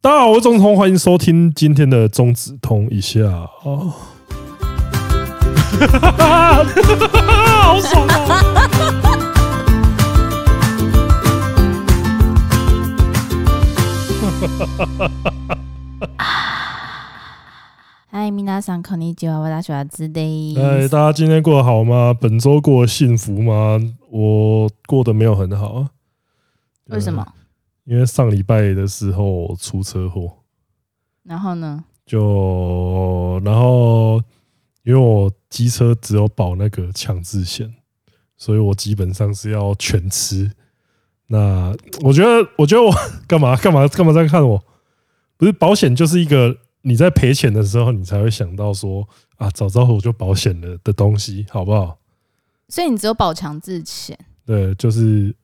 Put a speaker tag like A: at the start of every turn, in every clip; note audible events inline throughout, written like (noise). A: 大家好，我是钟子通，欢迎收听今天的钟子通一下哦。好爽啊！
B: 嗨，米娜桑こんにちは，我大喜欢之类。
A: 哎，大家今天过得好吗？本周过得幸福吗？我过得没有很好啊。呃
B: 为什么？
A: 因为上礼拜的时候出车祸，
B: 然后呢？
A: 就然后因为我机车只有保那个强制险，所以我基本上是要全吃。那我觉得，我觉得我干嘛干嘛干嘛这样看我？不是保险就是一个你在赔钱的时候，你才会想到说啊，早知道我就保险了的东西，好不好？
B: 所以你只有保强制险。
A: 对，就是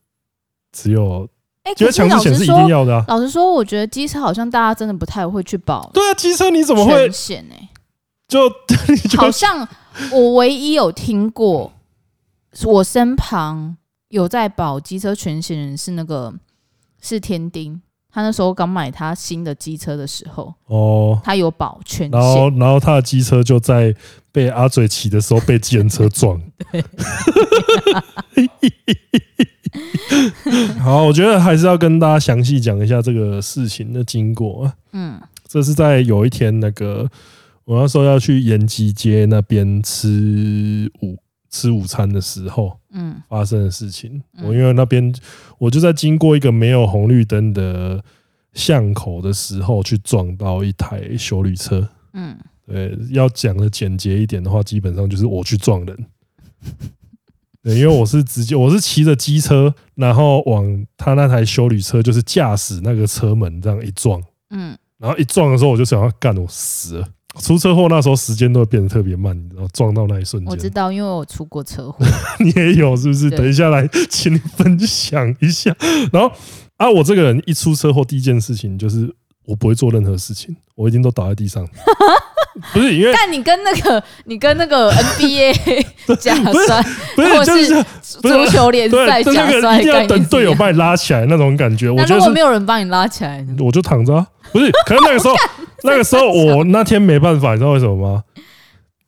A: 只有
B: 哎、
A: 觉
B: 可
A: 得
B: 是
A: 强制
B: 老
A: 险
B: 实
A: 是一定
B: 说，
A: 要的啊。
B: 老实说，我觉得机车好像大家真的不太会去保
A: 对啊，机车你怎么会
B: 全险哎、
A: 就你 (laughs) 就
B: 好像我唯一有听过，我身旁有在保机车全险人是那个是天丁，他那时候刚买他新的机车的时候，
A: 哦？
B: 他有保全
A: 然
B: 险。
A: 后，然后他的机车就在被阿嘴骑的时候被计程车
B: (laughs)
A: 撞。 (laughs) 好，我觉得还是要跟大家详细讲一下这个事情的经过啊。
B: 嗯，
A: 这是在有一天，那个我那时候要去延吉街那边吃午吃午餐的时候
B: 嗯
A: 发生的事情。
B: 嗯
A: 我因为那边我就在经过一个没有红绿灯的巷口的时候，去撞到一台修理车。
B: 嗯，
A: 对，要讲的简洁一点的话，基本上就是我去撞人。 (laughs) 对，因为我是直接我是骑着机车，然后往他那台修理车，就是驾驶那个车门这样一撞，
B: 嗯，
A: 然后一撞的时候我就想要干，我死了。出车祸那时候时间都会变得特别慢，你知道撞到那一瞬
B: 我知
A: 间，
B: 道，因为我出过车祸。
A: (laughs) 你也有是不是？
B: 对
A: 等一下来，请你分享一下。然后啊，我这个人一出车祸，第一件事情就是我不会做任何事情，我一定都倒在地
B: (laughs)
A: 上。不是因为
B: 但你跟那个，你跟那
A: (laughs)
B: 个 NBA 假摔，
A: 不是
B: 或
A: 就
B: 者
A: 是
B: 是
A: 不是
B: 足球联
A: 对，
B: 赛
A: 但
B: 假
A: 那个
B: 摔
A: 一
B: 的
A: 定
B: 概
A: 要
B: 念
A: 等队友
B: 是
A: 把你拉起来那种感觉，
B: 一
A: 我
B: 样。
A: 觉得
B: 那如果
A: 是
B: 没有人帮你拉起来呢？
A: 我就躺着、啊，不是？可是那个时
B: (laughs)
A: 候，那个时候我那天没办法，你知道为什么吗？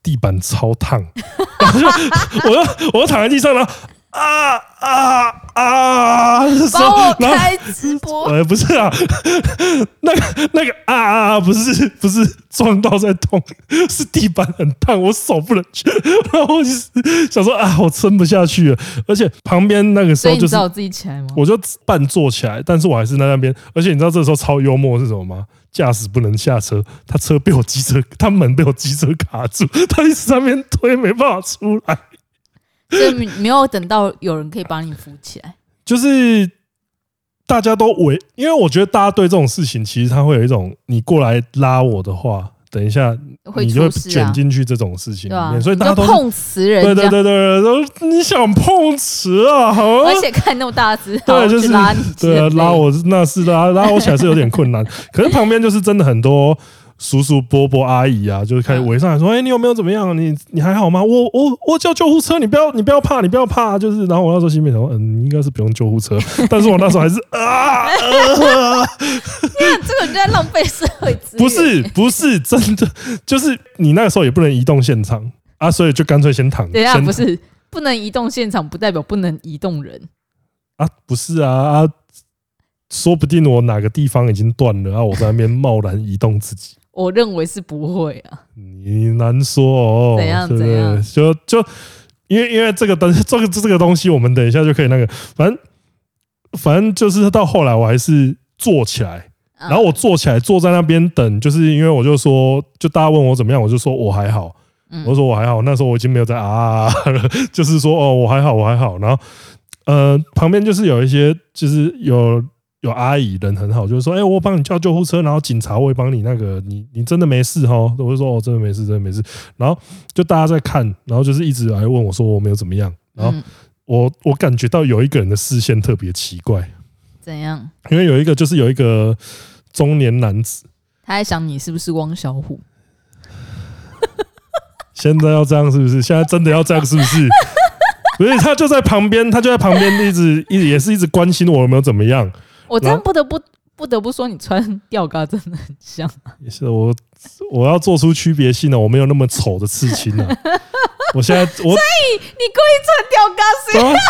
A: 地板超烫， (laughs) 然后就我就我就躺在地上，然后啊啊啊，的时
B: 帮
A: 候
B: 我
A: (laughs) 然后
B: 开直播，
A: 呃，不是啊，那个那个啊啊啊，不是不是撞到在痛，是地板很烫，我手不能去， (laughs) 然后我就想说啊，我撑不下去了，而且旁边那个时
B: (laughs) 所以
A: 候
B: 你
A: 就
B: 知
A: 是
B: 道我自己起来吗？
A: 我就半坐起来，但是我还是在那边。而且你知道这时候超幽默是什么吗？驾驶不能下车，他车被我机车，他门被我机车卡住，他一直在那边推，没办法出来。
B: 这没没有等到有人可以帮你扶
A: (laughs)
B: 起来。
A: 就是大家都围，因为我觉得大家对这种事情，其实他会有一种你过来拉我的话，等一下
B: 会
A: 你就会
B: 出事
A: 卷
B: 啊，
A: 进去这种事情
B: 对
A: 里
B: 吧、
A: 面，所以
B: 你
A: 大家
B: 就
A: 都是。
B: 碰瓷人
A: 对
B: 家，
A: 对对对对，都你想碰瓷啊？好啊
B: 而且看那么大只，
A: (laughs) 对，就
B: 就是拉你，
A: 对啊，拉，我是那是拉拉我起来是有点困难，可是旁边就是真的很多叔叔伯伯阿姨啊，就是
B: 嗯
A: 开始围上来说：“哎、你有没有怎么样？你你还好吗？我我我叫救护车，你不要你不要怕，你不要怕。”就是，然后我那时候心里面想说：“嗯，你应该是不用救护车。” (laughs) 但是我那时候还是啊， (laughs) 呃
B: (laughs) 这个人就在浪费社会资源。
A: 不是不是真的，就是你那个时候也不能移动现场啊，所以就干脆先躺。
B: (laughs) 等一下
A: 先
B: 啊不是不能移动现场，不代表不能移动人。
A: 啊，不是啊啊，说不定我哪个地方已经断了啊，我在那边贸然移动自己。
B: 我认为是不会啊，
A: 你难说哦，
B: 怎样
A: 对不对
B: 怎样
A: 就就因为因为这个东 (laughs) 这个这个东西，我们等一下就可以那个，反正反正就是到后来我还是坐起来，
B: 啊
A: 然后我坐起来坐在那边等，就是因为我就说，就大家问我怎么样，我就说我还好，
B: 嗯
A: 我说我还好，那时候我已经没有在啊，就是说哦我还好我还好，然后呃旁边就是有一些就是有。有阿姨人很好，就是说，哎、我帮你叫救护车，然后警察我也帮你那个，你你真的没事哦？我就说，哦，真的没事，真的没事。然后就大家在看，然后就是一直来问我说我哦没有怎么样，然后
B: 嗯、
A: 我我感觉到有一个人的视线特别奇怪，
B: 怎样？
A: 因为有一个就是有一个中年男子，
B: 他还想你是不是汪小虎？
A: 现在要这样是不是？现在真的要这样是不是？不是，他就在旁边，他就在旁边一直一直也是一直关心我有没有怎么样。
B: 我真
A: 然
B: 的
A: 后
B: 不得不不得不说，你穿吊嘎真的很像。
A: 也是我，我要做出区别性的，我没有那么丑的刺青啊。我现在我
B: 你故意穿吊嘎是
A: 啊，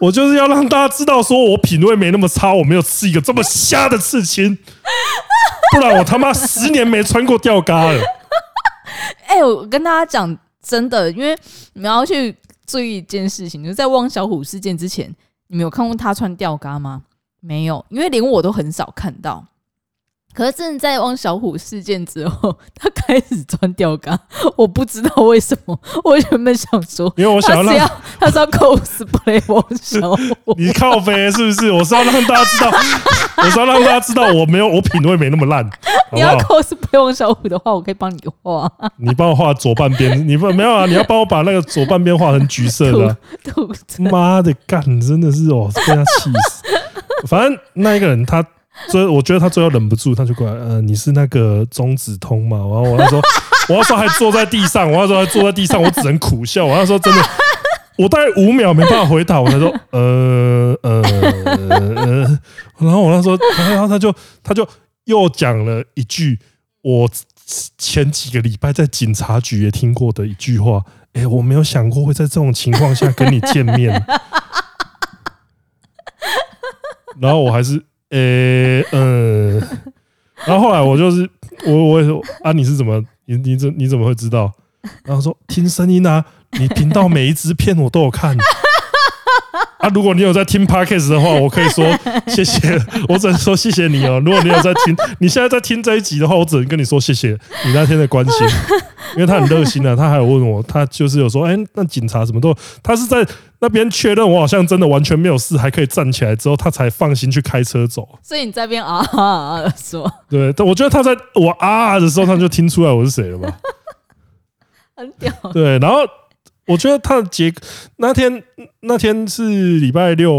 A: 我就是要让大家知道，说我品味没那么差，我没有吃一个这么瞎的刺青，不然我他妈十年没穿过吊嘎了。
B: (laughs) 哎、我跟大家讲真的，因为你们要去注意一件事情，就是在汪小虎事件之前，你们有看过他穿吊嘎吗？没有，因为连我都很少看到。可是真的在汪小虎事件之后，他开始穿吊嘎， (laughs) 我不知道为什么。我原本想说，
A: 因为我想要
B: 他
A: 让，
B: 是要他是要 cosplay 汪小
A: (laughs)
B: 虎
A: 你靠飞是不是？我是要让大家知
B: (laughs)
A: 道，我是要让大家知道我没有我品味没那么烂，好不
B: 你
A: 好？
B: 要 cosplay 汪小虎的话，我可以帮你画
A: 你帮我画左半边，你不没有啊？你要帮我把那个左半边画成橘色
B: (laughs)
A: 的啊、
B: 图腾。
A: (laughs) 妈的，干，真的是哦，被他气死。反正那一个人他。最，我觉得他最后忍不住，他就过来，呃，你是那个中指通嘛？然后我那时候，我那时候还坐在地上，我那时候还坐在地上，我只能苦笑。我那时候真的，我大概五秒没办法回答，我才说，呃呃呃，然后我那时候，然后他就他就又讲了一句我前几个礼拜在警察局也听过的一句话，哎、我没有想过会在这种情况下跟你见面。 (laughs) 然后我还是，呃、嗯、然后后来我就是，我我也说啊，你是怎么，你你怎你怎么会知道？然后说听声音啊，你频道每一支片我都有看。啊，如果你有在听 podcast 的话，我可以说谢谢，我只能说谢谢你哦。如果你有在听，你现在在听这一集的话，我只能跟你说谢谢你那天的关心，因为他很热心啊，他还有问我，他就是有说，哎、那警察什么都，他是在那边确认我好像真的完全没有事，还可以站起来之后，他才放心去开车走。
B: 所以你这边啊啊啊的说，
A: 对，但我觉得他在我啊啊的时候，他就听出来我是谁了吧？嗯
B: 很屌。
A: 对，然后我觉得他的结那天那天是礼拜六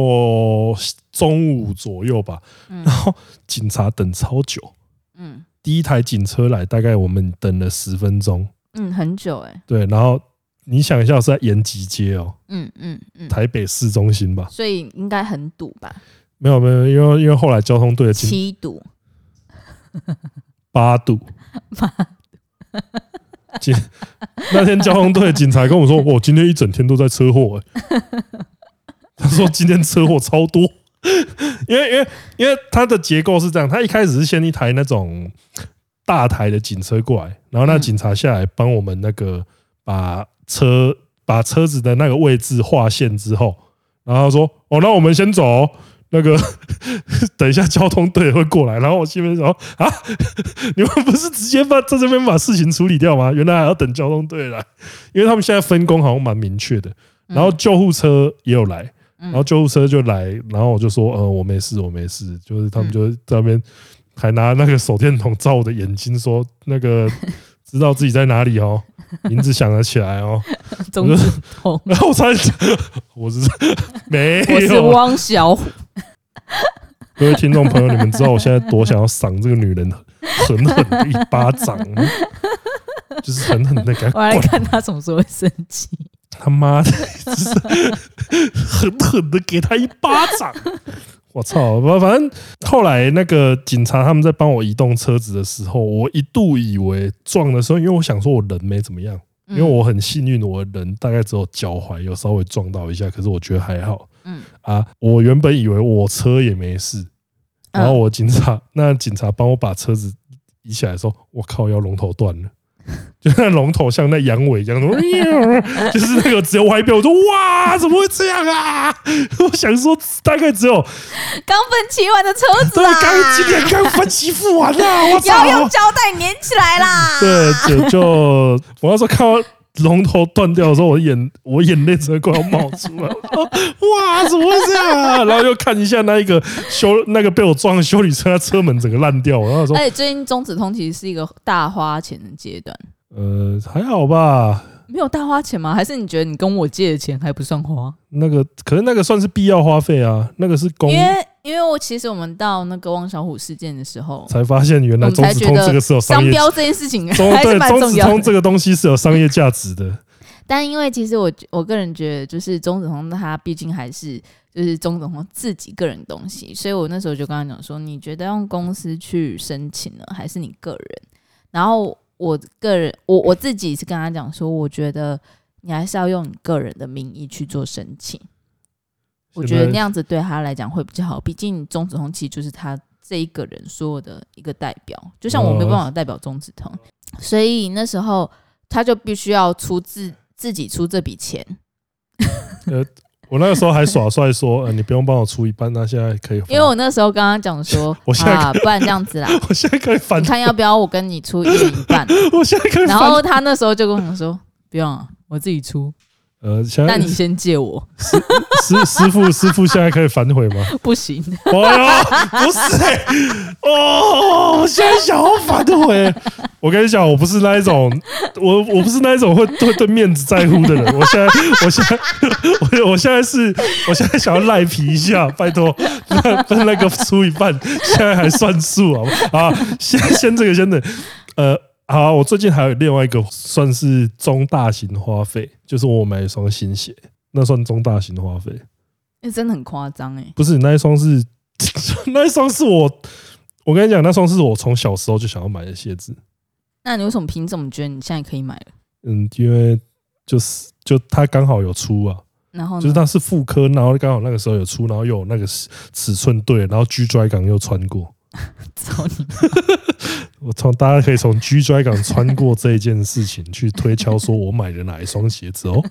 A: 中午左右吧，
B: 嗯
A: 然后警察等超久，
B: 嗯
A: 第一台警车来，大概我们等了十分钟。
B: 嗯，很久哎、
A: 对，然后你想一下是在延吉街哦，
B: 嗯嗯嗯，
A: 台北市中心吧？
B: 所以应该很堵吧？
A: 没有没有，因为因为后来交通队的警
B: 七堵，
A: 八度。警那天交通队的警察跟我说，我今天一整天都在车祸、欸。他说今天车祸超多，因为因为因为它的结构是这样，它一开始是先一台那种大台的警车过来，然后那
B: 嗯
A: 警察下来帮我们那个把车把车子的那个位置划线之后，然后他说哦，那我们先走哦、那个 (laughs) 等一下交通队会过来，然后我心里面想说啊， (laughs) 你们不是直接把在这边把事情处理掉吗？原来还要等交通队来，因为他们现在分工好像蛮明确的。然后救护车也有来，
B: 嗯
A: 然后救护车就来，然后我就说，呃，我没事，我没事。就是他们就在那边还拿那个手电筒照我的眼睛，说那个知道自己在哪里哦，名字想得起来哦。 (laughs)
B: 中指痛，
A: 然后我才， (laughs) 我是没
B: 我是
A: 有。啊
B: 汪小虎，
A: 各位听众朋友，你们知道我现在多想要赏这个女人狠狠的一巴掌
B: (laughs)
A: 吗？就是狠狠的给她
B: 我来
A: 灌
B: 看他什么时候会生气。
A: 他妈的，就是狠狠的给他一巴掌。我操！反反正后来那个警察他们在帮我移动车子的时候，我一度以为撞的时候，因为我想说我人没怎么样，因为我很幸运，我的人大概只有脚踝有稍微撞到一下，可是我觉得还好
B: 嗯，
A: 啊。我原本以为我车也没事，
B: 嗯
A: 然后我警察那警察帮我把车子移起来的时候，我靠，要龙头断了。 (laughs) 就那龙头像那羊尾一样， (laughs) 就是那个只有歪边，我说哇，怎么会这样啊？ (laughs) 我想说，大概只有
B: 刚分期完的车子
A: 对
B: 啊，
A: 刚今天刚分期付完啊，我
B: 要用
A: 操！
B: 胶带粘起来啦。
A: 对，就就
B: (laughs)
A: 我那时候看到龙头断掉的时候，我眼我眼泪真的快要冒出来， (laughs) 我说哇，怎么会这样啊？然后又看一下那一个修那个被我撞的修理车，它车门整个烂掉，然后说
B: 而且哎最近中止痛其实是一个大花钱的阶段，
A: 呃还好吧，
B: 没有大花钱吗？还是你觉得你跟我借的钱还不算花？
A: 那个可是那个算是必要花费啊，那个是公
B: 因为因为我其实我们到那个汪小虎事件的时候，
A: 才发现原
B: 我
A: 来
B: 们
A: 中
B: 才
A: 子
B: 觉
A: 通
B: 得
A: 这个是有商
B: 商
A: 业
B: 标这件事情
A: (laughs) 中
B: 还是
A: 对
B: 蛮
A: 中
B: 重
A: 子
B: 要
A: 通
B: 的。
A: 这个东西是有商业价值的，
B: 但因为其实我我个人觉得，就是钟子通他毕竟还是就是钟子通自己个人东西，所以我那时候就跟他讲说，你觉得用公司去申请呢，还是你个人？然后我个人我我自己是跟他讲说，我觉得你还是要用你个人的名义去做申请， (laughs) 我觉得那样子对他来讲会比较好，毕竟钟子通其实就是他这一个人所有的一个代表，就像
A: 哦
B: 我没办法代表钟子通，所以那时候他就必须要出自自己出这笔钱，
A: 我那个时候还耍帅说，呃，你不用帮我出一半，那现在可以分，
B: 因为我那时候跟他讲说
A: (laughs) 我现在
B: 啊，不然这样子啦，
A: (laughs) 我现在可以 (laughs) 反
B: (laughs) 你，看要不要我跟你出一人一半？
A: 我现在可以
B: 然
A: 反，
B: 后他那时候就跟我说不用啊，我自
A: (laughs)
B: 己出，
A: 呃，现在
B: 但你先借我， (laughs)
A: 师师傅师傅现在可以反悔吗？
B: 不行，
A: (laughs) 哎呦，不是、欸，哦，我现在想要反悔。哎我跟你讲，我不是那一种，我我不是那一种会对对面子在乎的人。我现在，我现在，我我现在是，我现在想要赖皮一下，拜托，那那个出一半，现在还算数啊啊！先先这个先等，呃，好、我最近还有另外一个算是中大型花费，就是我买了一双新鞋，那算中大型花费。
B: 那真的很夸张哎，
A: 不是那一双是 (laughs) 那一双是我，我跟你讲，那双是我从小时候就想要买的鞋子。
B: 那你为什么凭什么觉得你现在可以买了？
A: 嗯，因为就是就它刚好有出啊，
B: 然后
A: 就是
B: 呢？
A: 它是妇科，然后刚好那个时候有出，然后又有那个尺尺寸对，然后 G Dry 港又穿过。
B: 操你！
A: 我从大家可以从 G Dry 港穿过这一件事情去推敲，说我买了哪一双鞋子
B: (laughs)
A: 哦。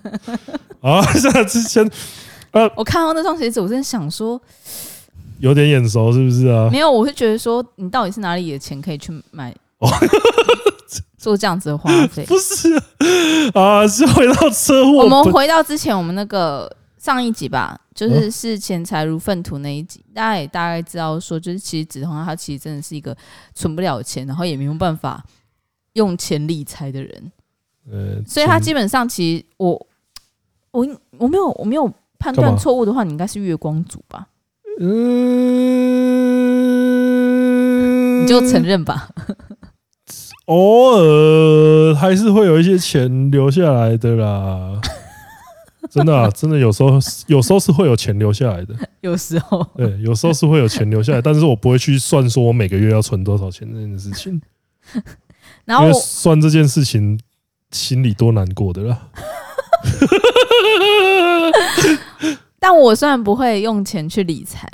A: 啊，这之前
B: (laughs) 我看到那双鞋子，我真的想说，
A: 有点眼熟，是不是啊？
B: 没有，我是觉得说，你到底是哪里的钱可以去买
A: 哦
B: (laughs) 做这样子的花
A: (laughs)
B: 费？
A: 不是啊，是回到车祸
B: 我
A: 本。
B: 们回到之前我们那个上一集吧，
A: 嗯
B: 就是视钱财如粪土那一集，大家也大概知道说，就是其实子彤他其实真的是一个存不了钱，然后也没有办法用钱理财的人，
A: 呃，
B: 所以他
A: 前
B: 基本上其实我我应我没有我没有判
A: 干
B: 断
A: 嘛
B: 错误的话，你应该是月光族吧？
A: 嗯，
B: 你就承认吧。
A: 偶尔还是会有一些钱留下来的
B: (laughs)
A: 啦。真的、啊，真的有时候有时候是会有钱留下来的，
B: 有时候
A: 对，有时候是会有钱留下来，但是我不会去算说我每个月要存多少钱这件事情，
B: 然
A: 因
B: 后
A: 为
B: 我
A: 算这件事情心里多难过的啦。
B: 但我虽然不会用钱去理财，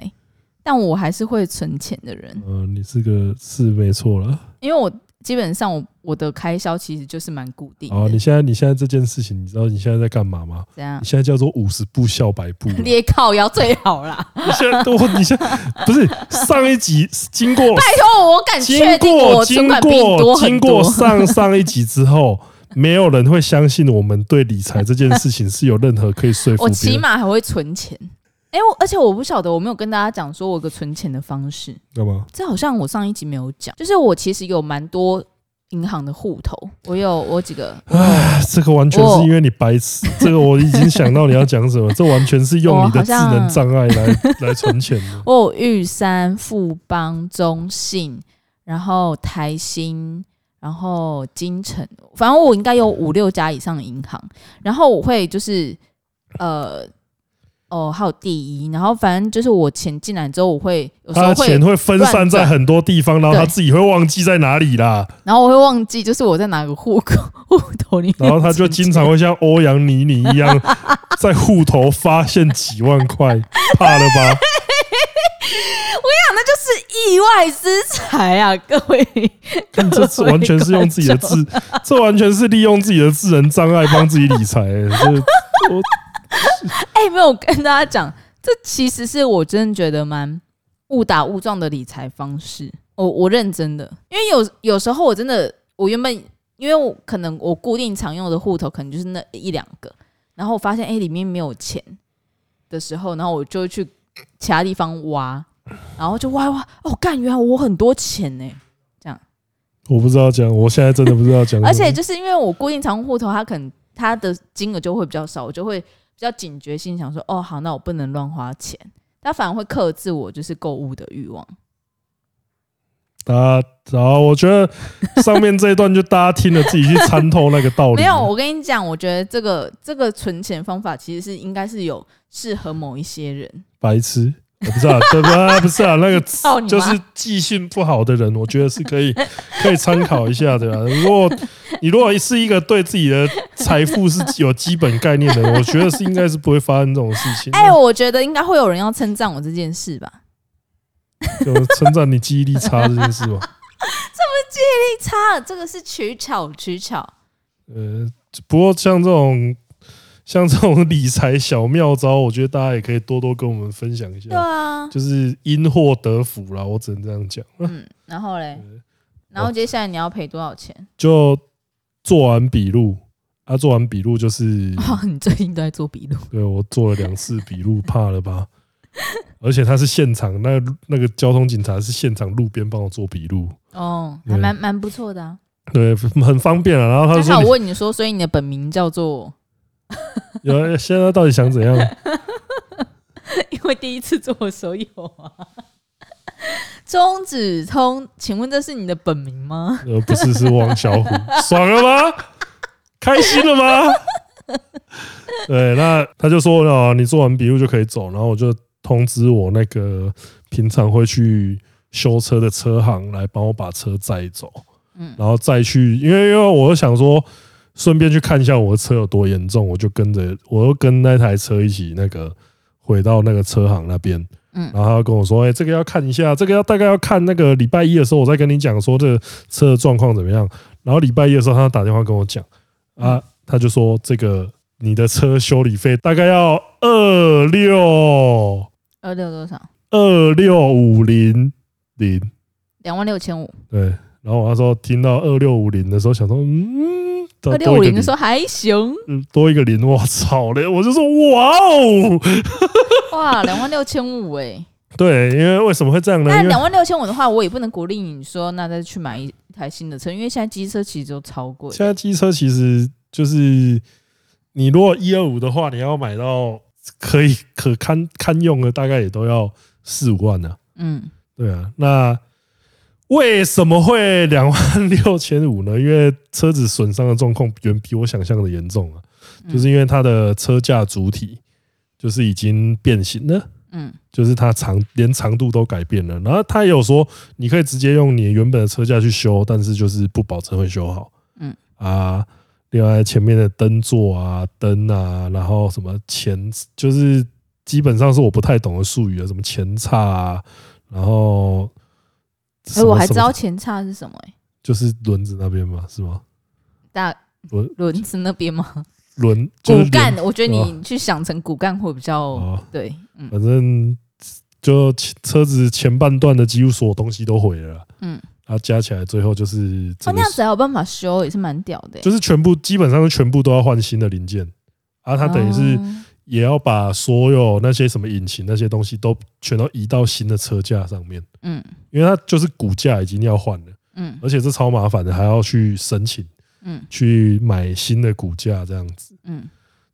B: 但我还是会存钱的人。
A: 嗯、你这个是没错了。
B: 因为我基本上我我的开销其实就是蛮固定
A: 好，
B: 的
A: 哦你，现在你现在这件事情，你知道你现在在干嘛吗？
B: 这样 (laughs)
A: 你现在叫做五十步笑百步啦。
B: 列靠腰最好
A: (laughs)
B: 啦。
A: 你现在都，你现在不是上一集经
B: (laughs)
A: 过
B: 拜托，哎我敢确
A: 经
B: 定
A: 过
B: 我
A: 经
B: 存款比你多
A: 过
B: 很
A: 经过
B: 多。
A: 上上一集之后，没有人会相信我们对理财这件事情是有任何可以说服
B: 我
A: 别
B: 起
A: 人。
B: 码还会存钱。哎、我而且我不晓得，我没有跟大家讲说我有个存钱的方式，
A: 干嘛？
B: 这好像我上一集没有讲，就是我其实有蛮多银行的户头，我有我有几个，
A: 唉这个完全是因为你白痴，这个我已经想到你要讲什么，这完全是用你的
B: 我好
A: 智
B: 像
A: 能障碍来来存钱的。
B: 我有玉山、富邦、中信，然后台新，然后金城，反正我应该有五六家以上的银行。然后我会就是呃哦，还有第一，然后反正就是我钱进来之后，我会 (laughs) 有时
A: 他
B: 候
A: 的钱
B: 会，
A: 会分散在很多地方，然后他
B: 对
A: 自己会忘记在哪里啦。
B: 然后我会忘记就是我在哪个户口户头里
A: 然
B: 面，
A: 后他就经常。会像欧阳妮妮一
B: (laughs)
A: 样，在户头发现几万块，怕了
B: (laughs)
A: 吧？
B: 那就是意外之财啊，各位！
A: 看这次完全是用自己的智， (laughs) 这完全是利用自己的智能障碍帮自己理
B: (laughs)
A: 财、欸。这我
B: 哎、没有我跟大家讲，这其实是我真的觉得蛮误打误撞的理财方式。我我认真的，因为有有时候我真的，我原本因为我可能我固定常用的户头可能就是那一两个，然后我发现哎、里面没有钱的时候，然后我就会去其他地方挖，然后就挖一挖，哦，干，原来我很多钱呢、
A: 我不知道讲，我现在真的不知道讲什么。
B: 而且就是因为我固定常用户头，它可能它的金额就会比较少，我就会比较警觉性，想说哦好，那我不能乱花钱。它反而会克制我就是购物的欲望。
A: 大家，然后我觉得上面这一段就大家听了自己去参透那个道理。
B: (laughs) 没有，我跟你讲，我觉得这个这个存钱方法其实是应该是有适合某一些人。
A: 白痴，我不是啊， (laughs) 对吧？不是
B: (laughs)
A: 啊，那个
B: 操你妈
A: 就是记性不好的人，我觉得是可以 (laughs) 可以参考一下的啊。如果你如果是一个对自己的财富是有基本概念的人，我觉得是应该是不会发生这种事情的。
B: 哎、我觉得应该会有人要称赞我这件事吧？
A: 就称赞你记忆力差这件事
B: (laughs)
A: 嘛，
B: 太差了，这个是取巧取巧。
A: 呃，不过像这种。像这种理财小妙招，我觉得大家也可以多多跟我们分享一
B: 对
A: 下，
B: 啊，
A: 就是因祸得福啦，我只能这样讲。
B: 嗯，然后嘞，然后接下来你要赔多少钱？
A: 就做完笔录，啊，做完笔录就是，
B: 哦， (laughs) 你最近都在做笔录，
A: 对我做了两次笔录，怕了吧？ (laughs) 而且他是现场，那那个交通警察是现场路边帮我做笔录，
B: 哦，
A: 对
B: 还蛮蛮不错的啊。
A: 对，很方便啊。然后他
B: 还
A: 说
B: 好
A: 你
B: 我问你说，所以你的本名叫做？
A: 有，现在到底想怎样？
B: (laughs) 因为第一次做的时候有啊。中指通，请问这是你的本名吗？
A: 呃，不是，是王小虎，爽了吗？开心了吗？ (laughs) 对，那他就说哦，你做完笔录就可以走，然后我就通知我那个平常会去修车的车行来帮我把车载走，
B: 嗯
A: 然后再去，因为因为我想说顺便去看一下我的车有多严重，我就跟着，我又跟那台车一起那个回到那个车行那边，
B: 嗯
A: 然后他就跟我说：“哎、这个要看一下，这个要大概要看那个礼拜一的时候，我再跟你讲说这个车的状况怎么样。”然后礼拜一的时候，他打电话跟我讲，
B: 嗯
A: 啊，他就说：“这个你的车修理费大概要二六
B: 二六多少？
A: 二六五零零。”
B: 两万六千五。
A: 对，然后我那时候听到二六五零的时候，想说：“嗯，多
B: 二六五零
A: 多
B: 的
A: 一个
B: 时候还行，
A: 嗯多一个零，我操嘞！”我就说：“哇哦！”
B: 哇， (laughs) 两万六千五哎。
A: 对，因为为什么会这样呢？
B: 那
A: 因为
B: 两万六千五的话，我也不能鼓励你说，那再去买一台新的车，因为现在机车其实都超贵。
A: 现在机车其实就是你如果一二五的话，你要买到可以可堪堪用的，大概也都要四五万呢、
B: 嗯，
A: 对啊，那为什么会两万六千五呢？因为车子损伤的状况远比我想象的严重啊，
B: 嗯
A: 就是因为它的车架主体就是已经变形了。
B: 嗯，
A: 就是它长连长度都改变了，然后他也有说，你可以直接用你原本的车架去修，但是就是不保证会修好。
B: 嗯
A: 啊，另外前面的灯座啊、灯啊，然后什么前就是基本上是我不太懂的术语啊，什么前叉啊，然后
B: 哎、
A: 什么
B: 我还知
A: 什
B: 道
A: 么
B: 前叉是什么、欸，
A: 就是轮子那边嘛，是吗？
B: 大
A: 轮
B: 轮子那边吗？
A: 轮就是
B: 骨
A: 连
B: 干，我觉得
A: 哦
B: 你去想成骨干会比较、
A: 哦
B: 对，嗯
A: 反正就车子前半段的几乎所有东西都毁了啦，
B: 嗯，
A: 啊，加起来最后就是
B: 哦
A: 整个
B: 那样子还有办法修，也是蛮屌的、欸。
A: 就是全部基本上是全部都要换新的零件，啊，它等于是
B: 哦
A: 也要把所有那些什么引擎那些东西都全都移到新的车架上面，
B: 嗯
A: 因为它就是骨架已经要换了，
B: 嗯
A: 而且这超麻烦的，还要去申请
B: 嗯
A: 去买新的骨架这样子。
B: 嗯，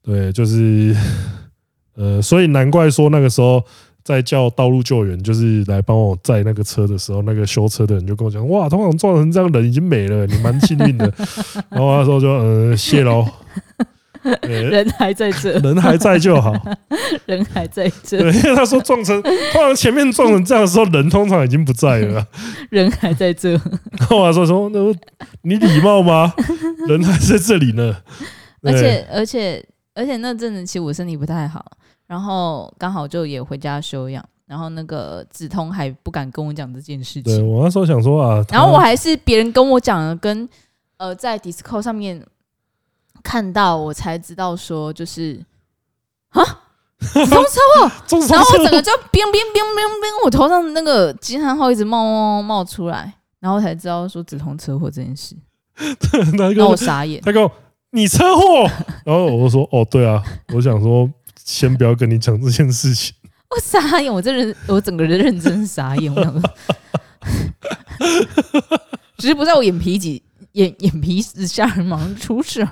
A: 对，就是 (laughs) 呃，所以难怪说那个时候。在叫道路救援，就是来帮我载那个车的时候，那个修车的人就跟我讲：“哇，通常撞成这样人已经没了，你蛮幸运的。”
B: (laughs)
A: 然后那时候就呃谢喽， (laughs) 对
B: 人还在这，
A: 人还在就
B: (laughs)
A: 好。
B: 人还在这，
A: 对，因为他说撞成，通常前面撞成这样的时候，人通常已经不在了。
B: 人还在这。
A: 然后我说说，那你礼貌吗？人还在这里呢。
B: 而
A: 对
B: 且而且而且那阵子其实我身体不太好，然后刚好就也回家休养，然后那个子通还不敢跟我讲这件事
A: 对
B: 情，
A: 我那时候想说啊，
B: 然后我
A: 他
B: 还是别人跟我讲的，跟呃在 Discord 上面看到我才知道说就是。啊！子通车祸，
A: 中
B: 然后我整
A: 车 (laughs)
B: 个就冰冰冰冰冰，我头上那个惊叹号一直冒冒冒冒出来，然后才知道说子通车祸这件事，
A: 他跟
B: 然后我
A: 我
B: 傻眼。
A: 他跟我你车
B: (laughs)
A: 祸，然后我就说哦对啊，我想说先不要跟你讲这件事情。 (laughs)
B: 我傻眼，我这人，我整个人认真傻眼，我想说，只是不在我眼皮底眼眼皮之下，马上出事了，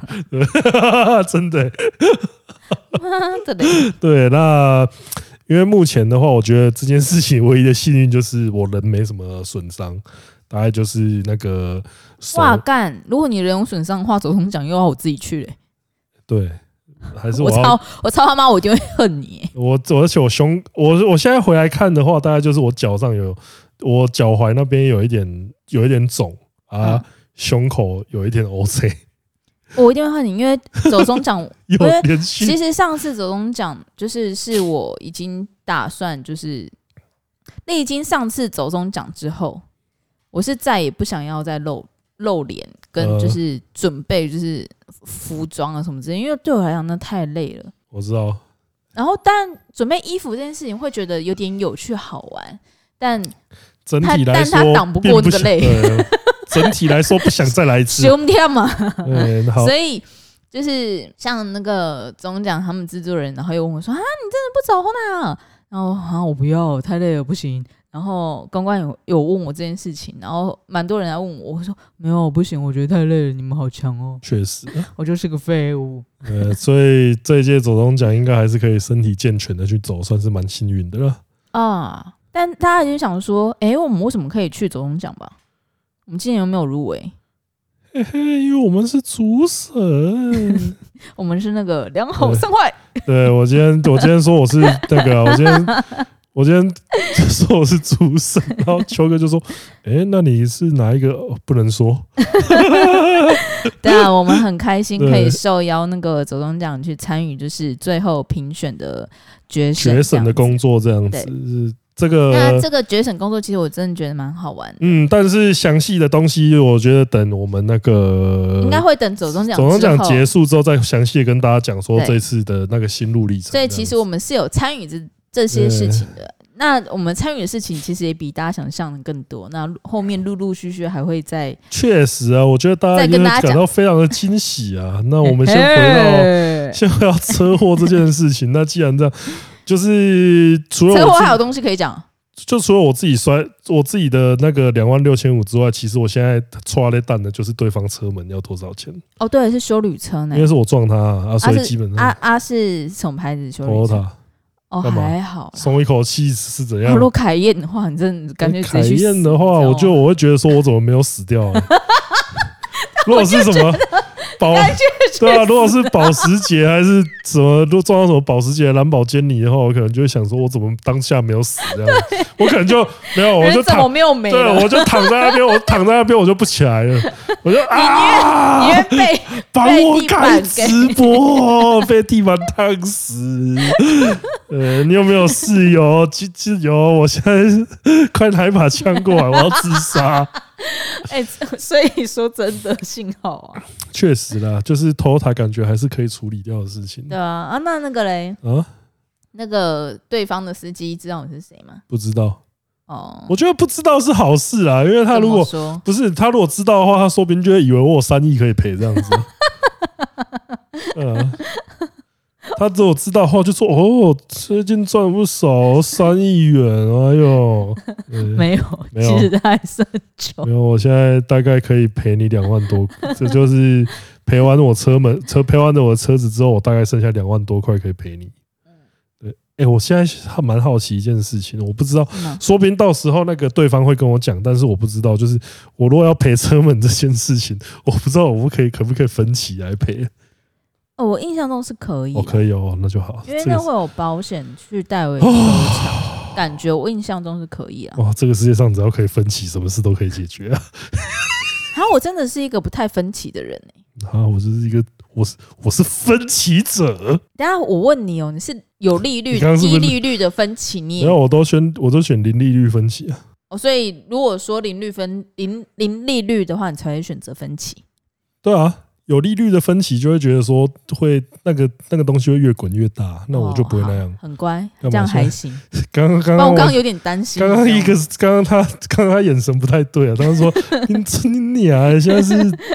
B: (laughs)
A: 真的欸，
B: 妈的嘞！
A: 对，那因为目前的话，我觉得这件事情唯一的幸运就是我人没什么损伤，大概就是那个手
B: 哇干！如果你人有损伤的话，左中奖又要我自己去嘞、
A: 对，还是
B: 我
A: 我要
B: 操！我操他妈！我一定会恨你、欸。
A: 我我而且我胸我我现在回来看的话，大概就是我脚上有我脚踝那边有一点有一点肿啊，
B: 嗯
A: 胸口有一点 OC，
B: 我一定会恨你，因为左中奖
A: 有
B: 因为
A: 连续
B: 其实上次左中奖就是是我已经打算就是历经上次左中奖之后，我是再也不想要再露露脸，跟
A: 呃
B: 就是准备就是服装啊什么之类，因为对我来讲那太累了。
A: 我知道，
B: 然后但准备衣服这件事情会觉得有点有趣好玩，但
A: 整
B: 他
A: 体来
B: 但
A: 说
B: 他挡不
A: 并
B: 过
A: 不
B: 这
A: 想
B: 个累
A: 对啊整体来说不想再来一
B: (laughs)
A: 次。
B: 胸跳嘛，
A: 嗯，好，
B: 所以就是像那个总奖他们制作人，然后又问我说：“啊，你真的不走后呢？”然后啊，我不要，太累了，不行。然后公关有有问我这件事情，然后蛮多人来问我，我说没有，不行，我觉得太累了，你们好强
A: (laughs)
B: 哦，
A: 确 (laughs) 实，
B: (laughs) 我就是个废物。
A: 呃，所以这一届走中奖应该还是可以身体健全的去走，算是蛮幸运的了。
B: 啊！但大家就想说，诶，我们为什么可以去总奖吧？我们今年有没有入围？
A: 嘿嘿，因为我们是主审。
B: 我们是那个良好善坏，
A: (laughs) 对我今天，我今天说我是那个啊、我今天我今天说我是主审，然后秋哥就说：“哎、那你是哪一个？哦不能
B: (laughs)
A: 说。 (laughs)
B: 对啊，我们很开心
A: 对
B: 可以受邀那个走中奖去参与，就是最后评选的决”审
A: 决审的
B: 这样子。
A: 工作这样
B: 对
A: 子，这
B: 那
A: 个
B: 这个决审工作，其实我真的觉得蛮好玩的，
A: 嗯，但是详细的东西，我觉得等我们那个
B: 应该会等走中奖
A: 总中
B: 之
A: 奖
B: 后。
A: 结束之后，再详细地跟大家讲说
B: 对
A: 这次的那个心路历程。
B: 所以其实我们是有参与这这些事情的。那我们参与的事情其实也比大家想象的更多。那后面陆陆续续还会再
A: 确实啊，我觉得大家
B: 再
A: 一
B: 跟
A: 定
B: 大家
A: 会感
B: 讲
A: 到非常的惊喜啊。那我们先
B: (laughs)
A: 回到先回到车祸这件事情。那既然这样，就是除了
B: 车祸
A: 我自
B: 还有
A: 己，
B: 东西可以讲，
A: 就除了我自己摔我自己的那个两万六千五之外，其实我现在抓了蛋的就是对方车门要多少钱，
B: 哦，对，是修旅车呢
A: 因。为是我撞他啊，啊所以
B: 是
A: 基本
B: 哎啊
A: 上
B: 啊是什么牌子修旅车？
A: Toyota
B: 哦，
A: 干嘛
B: 还好啦。
A: 松一口气是怎
B: 哦
A: 样
B: 如？果凯燕的话，你真的感觉
A: 哎凯
B: 直接去死啊
A: 燕的话，我
B: 你知
A: 就
B: 道吗
A: 我会觉得说我怎么没有死掉、
B: (laughs)
A: 啊？如果是什么保对啊，如果是保时捷还是什么都撞到什么保时捷、兰博基尼的话，我可能就会想说，我怎么当下没有死这样？我可能就没有，哦我就
B: 人怎么
A: 躺，
B: 没有没
A: 对，啊
B: 了？ (laughs)
A: 我就躺在那边，我躺在那边，我就不起来了，我就
B: 你
A: 啊， (laughs)
B: 愿被
A: 把我开
B: 被地板
A: 直播，被地板烫死。呃，你有没有室友？其实有，我现在快拿一把枪过来，我要自 (laughs) 杀。
B: 哎、所以说真的幸好啊，
A: 确实啦，就是头塔感觉还是可以处理掉的事情
B: 对啊啊，那那个嘞，
A: 啊。
B: 那个对方的司机知道你是谁吗？
A: 不知道，
B: 哦，
A: 我觉得不知道是好事啦，因为他
B: 怎
A: 如
B: 么
A: 果
B: 说
A: 不是他如果知道的话，他说不定就会以为我有三亿可以赔这
B: (laughs)
A: 样子。嗯、他如果知道的话，就说哦，最近赚不少三亿元，哎
B: (laughs)
A: 呦，嗯
B: 没有，
A: 没有
B: 其实他还是很久
A: 没有，我现在大概可以赔你两万多，这就是赔完我车门车赔完了我的车子之后，我大概剩下两万多块可以赔你。
B: 嗯
A: 对，哎、我现在还蛮好奇一件事情，我不知道，
B: 嘛。
A: 说不定到时候那个对方会跟我讲，但是我不知道，就是我如果要赔车门这件事情，我不知道我不可以可不可以分期来
B: (laughs)
A: 赔？
B: 哦，我印象中是可以的，
A: 哦，可以哦，那就好。
B: 因为
A: 这
B: 那
A: 个
B: 会啊
A: 是哦
B: 有保险去代为赔偿，感觉我印象中是可以啊。
A: 哇，这个世界上只要可以分期，什么事都可以解决
B: (laughs)
A: 啊！
B: 然后我真的是一个不太分歧的人、欸
A: 啊，我就是一个我是我是分歧者。
B: 等一下我问你哦，你是有利率
A: 你刚、刚是不
B: 低
A: 是
B: 利率的分歧，你也
A: 没有，我都选我都选零利率分期啊。
B: 哦，所以如果说零率分零零利率的话，你才会选择分期。
A: 对啊，有利率的分歧就会觉得说会那个那个东西会越滚越大，那我就不会那
B: 哦
A: 样
B: 好。很乖，
A: 干嘛
B: 这样还
A: 现在
B: 行。
A: 刚刚刚
B: 不然
A: 刚
B: 我
A: 我
B: 刚刚有点担心。
A: 刚刚
B: 你
A: 一
B: 知道
A: 个
B: 吗
A: 刚刚他刚刚他眼神不太对啊，他说你你你啊，现
B: (laughs)
A: 在是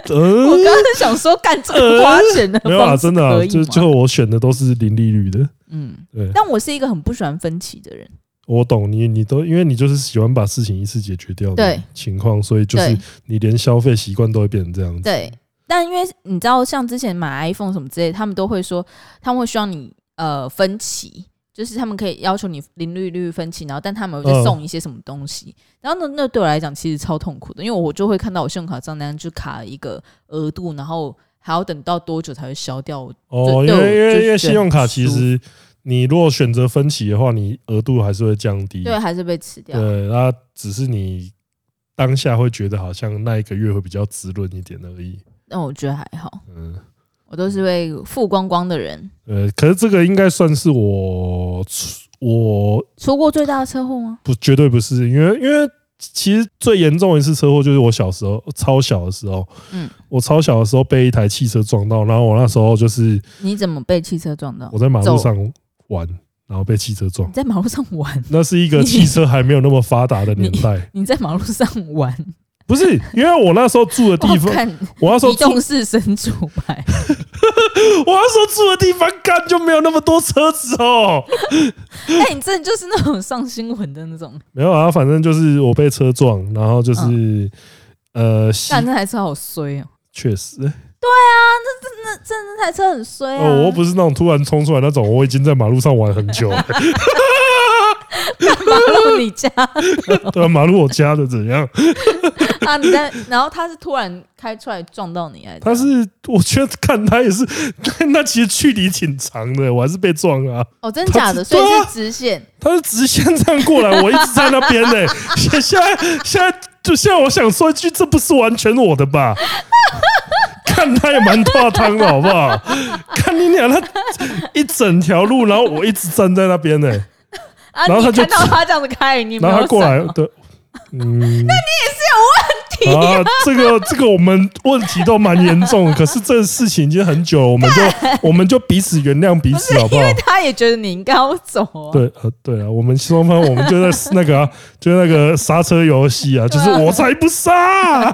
B: 我
A: 呃
B: 刚刚想说，干这个花钱的
A: 没有啊，
B: 方式
A: 真的啊
B: 可，以
A: 就
B: 吗
A: 就我选的都是零利率的。
B: 嗯。
A: 对，
B: 但我是一个很不喜欢分歧的人，
A: 我懂你，你都因为你就是喜欢把事情一次解决掉的
B: 对
A: 情况，所以就是
B: 对
A: 你连消费习惯都会变成这样子。
B: 对。但因为你知道，像之前买 iPhone 什么之类，他们都会说，他们会希望你呃分期，就是他们可以要求你零利率分期，然后但他们会送一些什么东西，
A: 嗯
B: 然后呢，那对我来讲其实超痛苦的，因为我就会看到我信用卡账单就卡了一个额度，然后还要等到多久才会消掉，我
A: 哦，因
B: 对
A: 为因
B: 我就
A: 为因为
B: 觉得
A: 信用卡其
B: 舒服
A: 实你如果选择分期的话，你额度还是会降低。
B: 对，还啊是被吃掉。
A: 嗯对，那只是你当下会觉得好像那一个月会比较滋润一点而已。
B: 但我觉得还好，
A: 嗯，
B: 我都是会付光光的人。
A: 呃，可是这个应该算是我出我
B: 出过最大的车祸吗？
A: 不绝对不是，因为因为其实最严重的一次车祸就是我小时候超小的时候，
B: 嗯，
A: 我超小的时候被一台汽车撞到，然后我那时候就是
B: 你怎么被汽车撞到？
A: 我在马
B: 走
A: 路上玩，然后被汽车撞
B: 你。在马路上玩，
A: 那是一个
B: 你
A: 汽车还没有那么发达的年代，
B: 你 (laughs) 在马路上玩，
A: 不是因为我那时候住的地
B: 我
A: 方，
B: 看
A: 我那时候
B: 移
A: 住，我
B: 动式神主
A: (laughs)
B: 牌，
A: 那时候住的地方干就没有那么多车子哦。
B: 哎，你真的就是那种上新闻的那种。
A: 没有啊，反正就是我被车撞，然后
B: 嗯
A: 就是、呃，膝
B: 但那台车好衰哦、
A: 确实，
B: 那台车很衰啊！
A: 哦，我又不是那种突然冲出来那种，我已经在马路上玩很久了，
B: 马路你 (laughs) 家
A: 对啊，马路我家的怎样？
B: 啊，你在，然后他是突然开出来撞到你，还
A: 他是我觉得看他也是，那其实距离挺长的，我还是被撞啊。
B: 哦，真假的，
A: 他
B: 所以
A: 对啊
B: 是直线。
A: 他是直线这样过来，我一直在那边呢、 (laughs) 现现在现在就现在我想说一句，这不是完全我的吧？看他也蛮大汤的好不好？看你俩他一整条路，然后我一直站在那边呢、
B: 啊，
A: 然后他
B: 你
A: 就
B: 看到他这样子开，你没
A: 然后
B: 有
A: 他过
B: 闪
A: 来
B: 吗，
A: 对，嗯，哦 (laughs) 那你也是有问题啊。这个这个我们问题都蛮严重的，可是这个事情已经很久了，我们 (laughs) 就我们就彼此原谅彼此好不好？
B: 他也觉得你应该要走、啊。
A: 对，呃，对啊，我们双方我们就在那个、啊， (laughs) 就那个刹车游戏啊，就是我才不刹、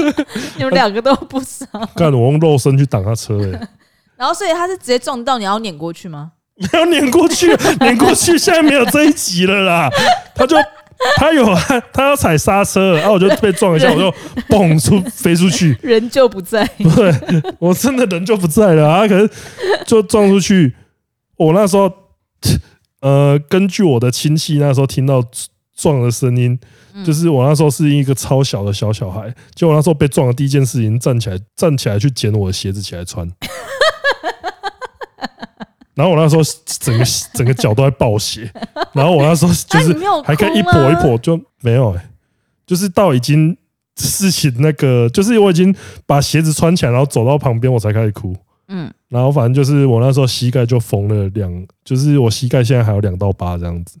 A: (laughs)
B: 你们两个都不上，
A: 干我用肉身去挡他车、欸，
B: 然后所以他是直接撞到你，然后碾过去吗？
A: 没有碾过去， (laughs) 碾过去，现在没有这一集了啦，他就。他有啊他要踩刹车了，然、后啊我就被撞一下，我就蹦出飞出去，
B: 人就不在，
A: 我真的人就不在了啊！可是就撞出去，我那时候， (laughs) 呃，根据我的亲戚那时候听到撞的声音，就是我那时候是一个超小的小小孩，就我那时候被撞的第一件事情，站起来站起来去捡我的鞋子起来穿，然后我那时候整个整个脚都在爆血，然后我那时候 (laughs) 就
B: 那
A: 是
B: 啊你没有
A: 还可以一
B: 哭
A: 跛一
B: 吗
A: 跛，就没有哎、就是到已经事情那个，就是我已经把鞋子穿起来，然后走到旁边我才开始哭。
B: 嗯，
A: 然后反正就是我那时候膝盖就缝了两，就是我膝盖现在还有两到八这样子。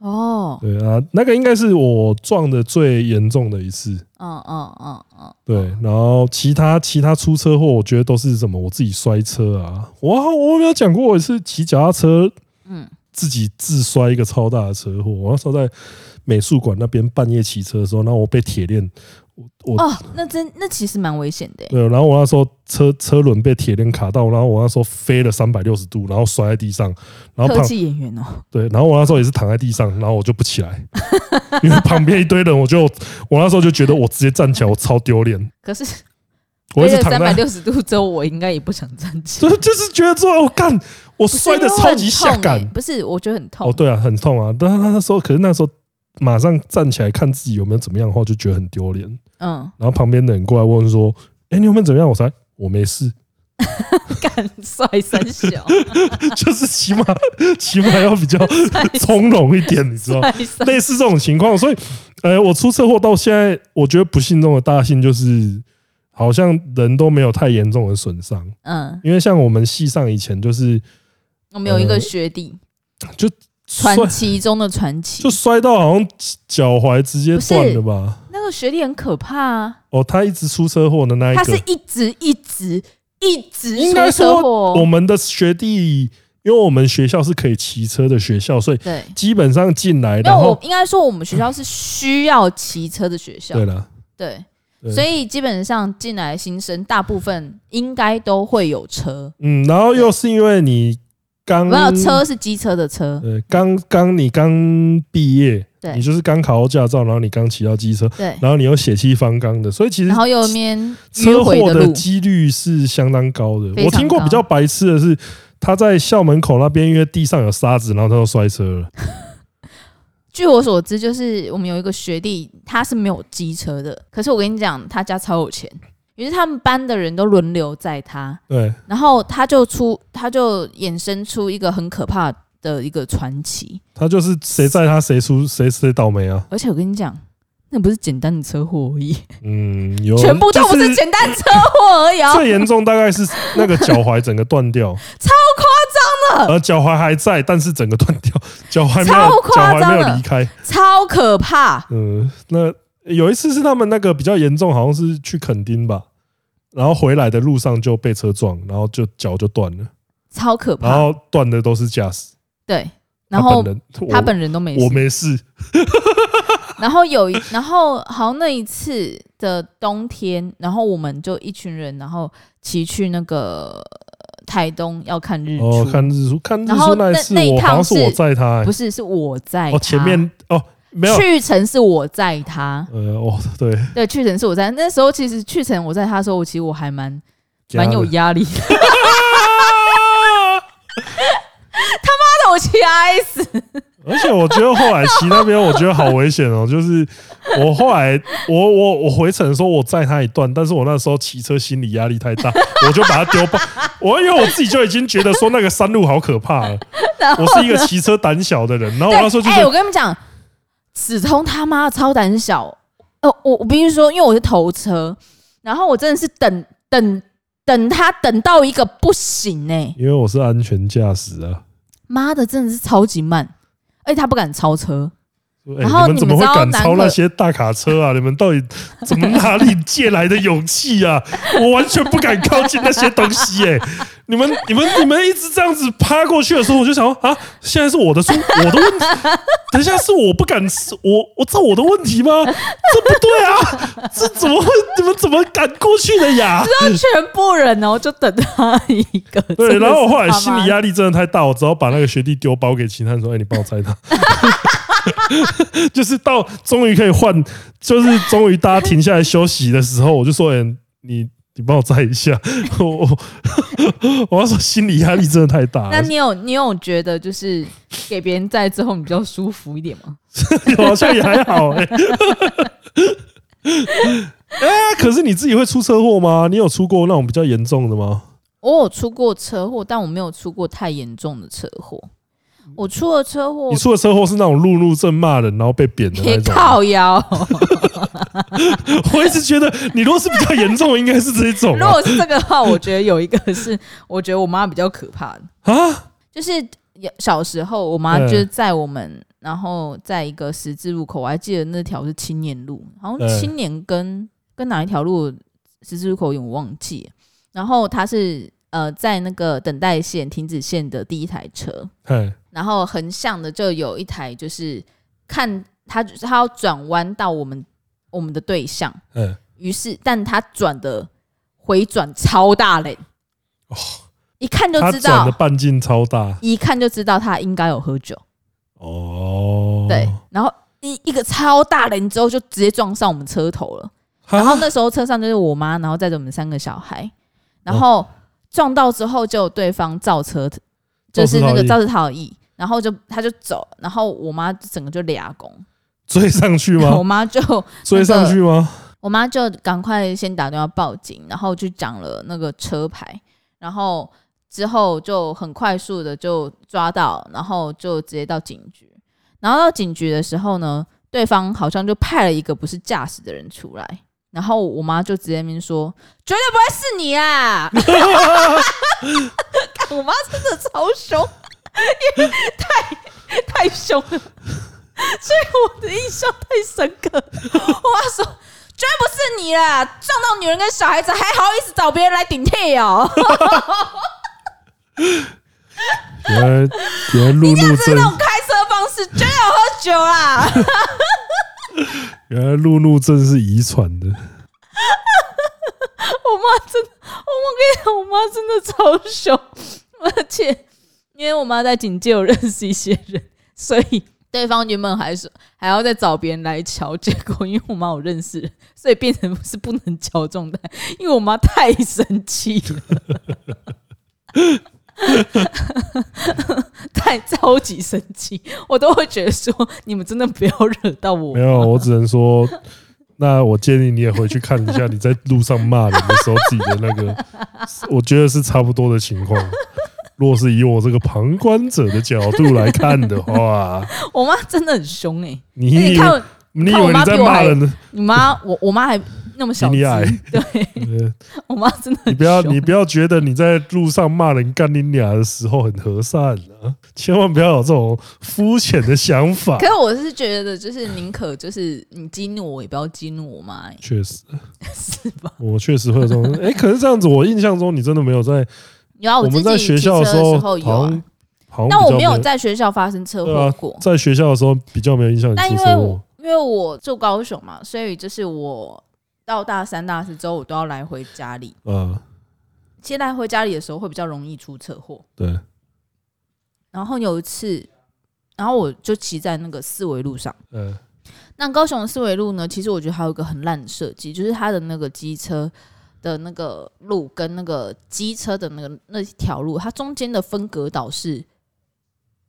B: 哦，
A: 对啊，那个应该是我撞的最严重的一次。
B: 嗯嗯嗯嗯，
A: 对，然后其他其他出车祸，我觉得都是什么我自己摔车啊。我我有没有讲过我是骑脚踏车，
B: 嗯，
A: 自己自摔一个超大的车祸。我那时候在美术馆那边半夜骑车的时候，然后我被铁链，我我
B: 哦，那真那其实蛮危险的欸，
A: 对，然后我那时候车车轮被铁链卡到，然后我那时候飞了三百六十度，然后摔在地上，然后
B: 科
A: 旁
B: 技演员哦，
A: 对，然后我那时候也是躺在地上，然后我就不起来， (laughs) 因为旁边一堆人，我就我那时候就觉得我直接站起来，我超丢脸，
B: 可是
A: (laughs) 我一直
B: 了
A: 躺
B: 三百
A: 在，
B: 六十度之后，我应该也不想站起
A: 就
B: 来，
A: 就是觉得说，我哦干，我
B: 不是
A: 摔的
B: 因为
A: 超级下
B: 很痛欸
A: 感，
B: 不是，我觉得很痛
A: 哦，，对啊，很痛啊，但是那时候，可是那时候马上站起来看自己有没有怎么样的话，就觉得很丢脸，
B: 嗯， (laughs)
A: 然后旁边的人过来问说，哎，你有没有怎么样？我才我没事， (laughs)
B: 干帅三小，
A: 就是起码起码要比较从容一点，你
B: (laughs)
A: 知道吗？
B: 帅三
A: 类似这种情况，所以，呃，我出车祸到现在，我觉得不幸中的大幸就是，好像人都没有太严重的损伤。
B: 嗯，
A: 因为像我们系上以前就是
B: 我们有一个
A: 嗯
B: 学弟，
A: 摔，
B: 传奇中的传奇
A: 就，摔到好像脚踝直接断了吧？
B: 那个学弟很可怕啊，
A: 哦，他一直出车祸的那一
B: 他是
A: 个，
B: 一直一直一直
A: 应该
B: 出车
A: 说
B: 祸
A: 我
B: 哦，
A: 们的学弟，因为我们学校是可以骑车的学校，所以
B: 对。
A: 基本上进来，
B: 没
A: 哎然
B: 有，我
A: 后
B: 应该说我们学校是需要骑车的学校
A: 对，了，
B: 对，
A: 对
B: 所以基本上进来的新生大部分应该都会有车，
A: 嗯，然后又是因为你刚
B: 没有车是机车的车，
A: 呃，刚刚你刚毕业，
B: 对
A: 你就是刚考到驾照，然后你刚骑到机车，
B: 对，
A: 然后你又血气方刚的，所以其实
B: 然后右面迂
A: 车
B: 回
A: 祸
B: 的路，
A: 几率是相当高的。
B: 非
A: 我
B: 常
A: 听过比较白痴的是，他在校门口那边，因为地上有沙子，然后他就摔车了。
B: 据我所知，就是我们有一个学弟，他是没有机车的，可是我跟你讲，他家超有钱，于是他们班的人都轮流载他，
A: 对，
B: 然后他就出，他就衍生出一个很可怕的一个传奇。
A: 他就是谁载他谁出谁谁倒霉啊。
B: 而且我跟你讲，那不是简单的车祸而已，
A: 嗯，有
B: 全部都不
A: 就是
B: 简单车祸而已、哦，
A: 最严重大概是那个脚踝整个断掉，
B: (laughs) 超
A: 夸张的。呃，脚踝还在，但是整个断掉，脚踝没有，
B: 超
A: 脚
B: 夸张的
A: 踝没有离开。
B: 超可怕。
A: 嗯，那有一次是他们那个比较严重，好像是去垦丁吧，然后回来的路上就被车撞，然后就脚就断了，
B: 超可
A: 然
B: 怕，
A: 后断的都是驾驶，
B: 对。然后
A: 他本人
B: 他
A: 我
B: 本人都没
A: 我
B: 事。
A: 没事，
B: 然后有一， (laughs) 然后好像那一次的冬天，然后我们就一群人，然后骑去那个呃台东要看日出。
A: 哦，看日出，看日
B: 然
A: 出
B: 后
A: 一
B: 那
A: 次
B: 那一
A: 我好像
B: 趟
A: 是我
B: 是
A: 载他、欸
B: 不是，是我载他。
A: 哦，前面哦没有，
B: 去程是我载他，
A: 呃，哦对，
B: 对，去程是我载。那时候其实去程我载他的时候，我其实我还蛮蛮有
A: 加了
B: 压力。 (laughs) 他妈的，我气哀死！
A: 而且我觉得后来骑那边，我觉得好危险哦。 (laughs) 就是我后来，我我我回程的时候，我载他一段，但是我那时候骑车心理压力太大， (laughs) 我就把他丢爆。我因为我自己就已经觉得说那个山路好可怕了，
B: (laughs) 然后
A: 我是一个骑车胆小的人。然后
B: 对，
A: 哦我那时候就
B: 哎、
A: 觉得，
B: 我跟你们讲，史通他妈超胆小。哦，我我必须说，因为我是头车，然后我真的是等等等他等到一个不行哎、
A: 因为我是安全驾驶啊。
B: 妈的，真的是超级慢，而且他不敢超车。
A: 说哎，
B: 然后
A: 你们怎么会
B: 你们知道
A: 敢
B: 南
A: 超那
B: 北
A: 些大卡车啊？你们到底怎么哪里借来的勇气啊？ (laughs) 我完全不敢靠近那些东西哎、 (laughs) 你们你们你们一直这样子趴过去的时候，我就想说啊，现在是我的错，我的问题。 (laughs) 等一下是我不敢，是我我这我的问题吗？这不对啊！这怎么会？你们怎么敢过去的
B: (laughs)
A: 呀？
B: 全部人哦，就等他一个。
A: (laughs) 对，
B: 真的
A: 然后我
B: 是
A: 后来
B: 他
A: 心
B: 妈
A: 理压力真的太大，我只好把那个学弟丢包给秦汉说：“哎、你帮我拆他。” (laughs) 就是到终于可以换，就是终于大家停下来休息的时候，我就说：“哎、你你帮我摘一下。 (laughs) 我”我我要说心理压力真的太大
B: 那
A: 了，
B: 你有你有觉得就是给别人在之后你比较舒服一点吗？
A: (laughs) 好像也还好哎、 (laughs) 哎、可是你自己会出车祸吗？你有出过那种比较严重的吗？
B: 我有出过车祸，但我没有出过太严重的车祸。我出了车祸
A: 你，出的车祸是那种路怒症骂人，然后被扁的那
B: 别
A: 种吗。
B: 靠
A: (laughs)
B: 腰。
A: 我一直觉得你如果是比较严重，应该是这种
B: 如
A: 啊
B: 果是这个的话，我觉得有一个是，我觉得我妈比较可怕的，
A: 啊
B: 就是小时候我妈
A: 嗯
B: 就是载我们，然后在一个十字路口，我还记得那条是青年路，好像
A: 嗯
B: 青年跟跟哪一条路十字路口有点忘记了。然后她是呃在那个等待线停止线的第一台车，
A: 哎
B: 然后横向的就有一台，就是看他他要转弯到我们我们的对象，
A: 嗯，
B: 于是但他转的回转超大嘞，
A: 哦
B: 一看就
A: 他
B: 知
A: 转的
B: 道，
A: 半径超大
B: 一看就知道他应该有喝酒，
A: 哦，
B: 对，然后一一个超大嘞，你之后就直接撞上我们车头了，
A: 哈，
B: 然后那时候车上就是我妈，然后载着我们三个小孩，
A: 哦
B: 然后撞到之后就有对方造车，就是那个
A: 肇
B: 肇事逃逸，然后就他就走，然后我妈整个就俩拱。
A: 追上去
B: 我
A: 吗？
B: 妈就，
A: 追上去吗？
B: 我妈就赶快先打电话报警，然后去讲了那个车牌，然后之后就很快速的就抓到，然后就直接到警局。然后到警局的时候呢，对方好像就派了一个不是驾驶的人出来，然后我妈就直接面说：“绝对不会是你啊！” (laughs) 干我妈真的超凶，因为太太凶了，所以我的印象太深刻。我妈说。绝对不是你啦！撞到女人跟小孩子，还好意思找别人来顶替哦、
A: 原来原来路怒症，
B: 这种开车方式，绝对有喝酒啊啦！
A: 原来路怒症是遗传的。
B: (laughs) 我妈真的，我我跟你讲，我妈真的超凶，而且因为我妈在警界有认识一些人，所以对方原本还说还要再找别人来瞧，结果因为我妈有认识人，所以变成是不能瞧状态，因为我妈太生气了。 (laughs) 太超级生气，我都会觉得说你们真的不要惹到我
A: 没。有，我只能说，那我建议你也回去看一下你在路上骂人的时候自己的那个，我觉得是差不多的情况。若是以我这个旁观者的角度来看的话，
B: 我妈真的很凶哎、
A: 你
B: 欸，
A: 以
B: 你看
A: 为
B: 我
A: 你以为你在骂人呢？
B: 你妈，我我妈还那么小
A: 比
B: 只
A: 你矮，
B: (laughs) 对
A: 呃
B: (laughs) 我妈真的很
A: 你不要
B: 凶
A: 你不要觉得你在路上骂人干你俩的时候很和善啊，千万不要有这种肤浅的想法
B: 可。是我是觉得，就是宁可就是你激怒我，也不要激怒我妈、欸
A: 确实，
B: 是吧？
A: 我确实会有这种。哎，可是这样子，我印象中你真的没有在
B: 有啊，
A: 我
B: 自
A: 们
B: 己
A: 在
B: 骑车
A: 学校
B: 的时
A: 候
B: 候有
A: 好
B: 啊
A: 像，好像
B: 但
A: 比
B: 我
A: 较
B: 没
A: 没
B: 有在学校发生车
A: 对
B: 祸
A: 啊
B: 过。
A: 在学校的时候比较没有印象你
B: 但
A: 出
B: 因为
A: 车祸
B: 我。因为我住高雄嘛，所以就是我到大三、大四之后，我都要来回家里。
A: 啊，
B: 其实来回家里的时候会比较容易出车祸。
A: 对，
B: 然后有一次，然后我就骑在那个四维路上。
A: 嗯，
B: 那高雄的四维路呢，其实我觉得还有一个很烂的设计，就是它的那个机车的那个路跟那个机车的那个那条路，它中间的分隔岛是，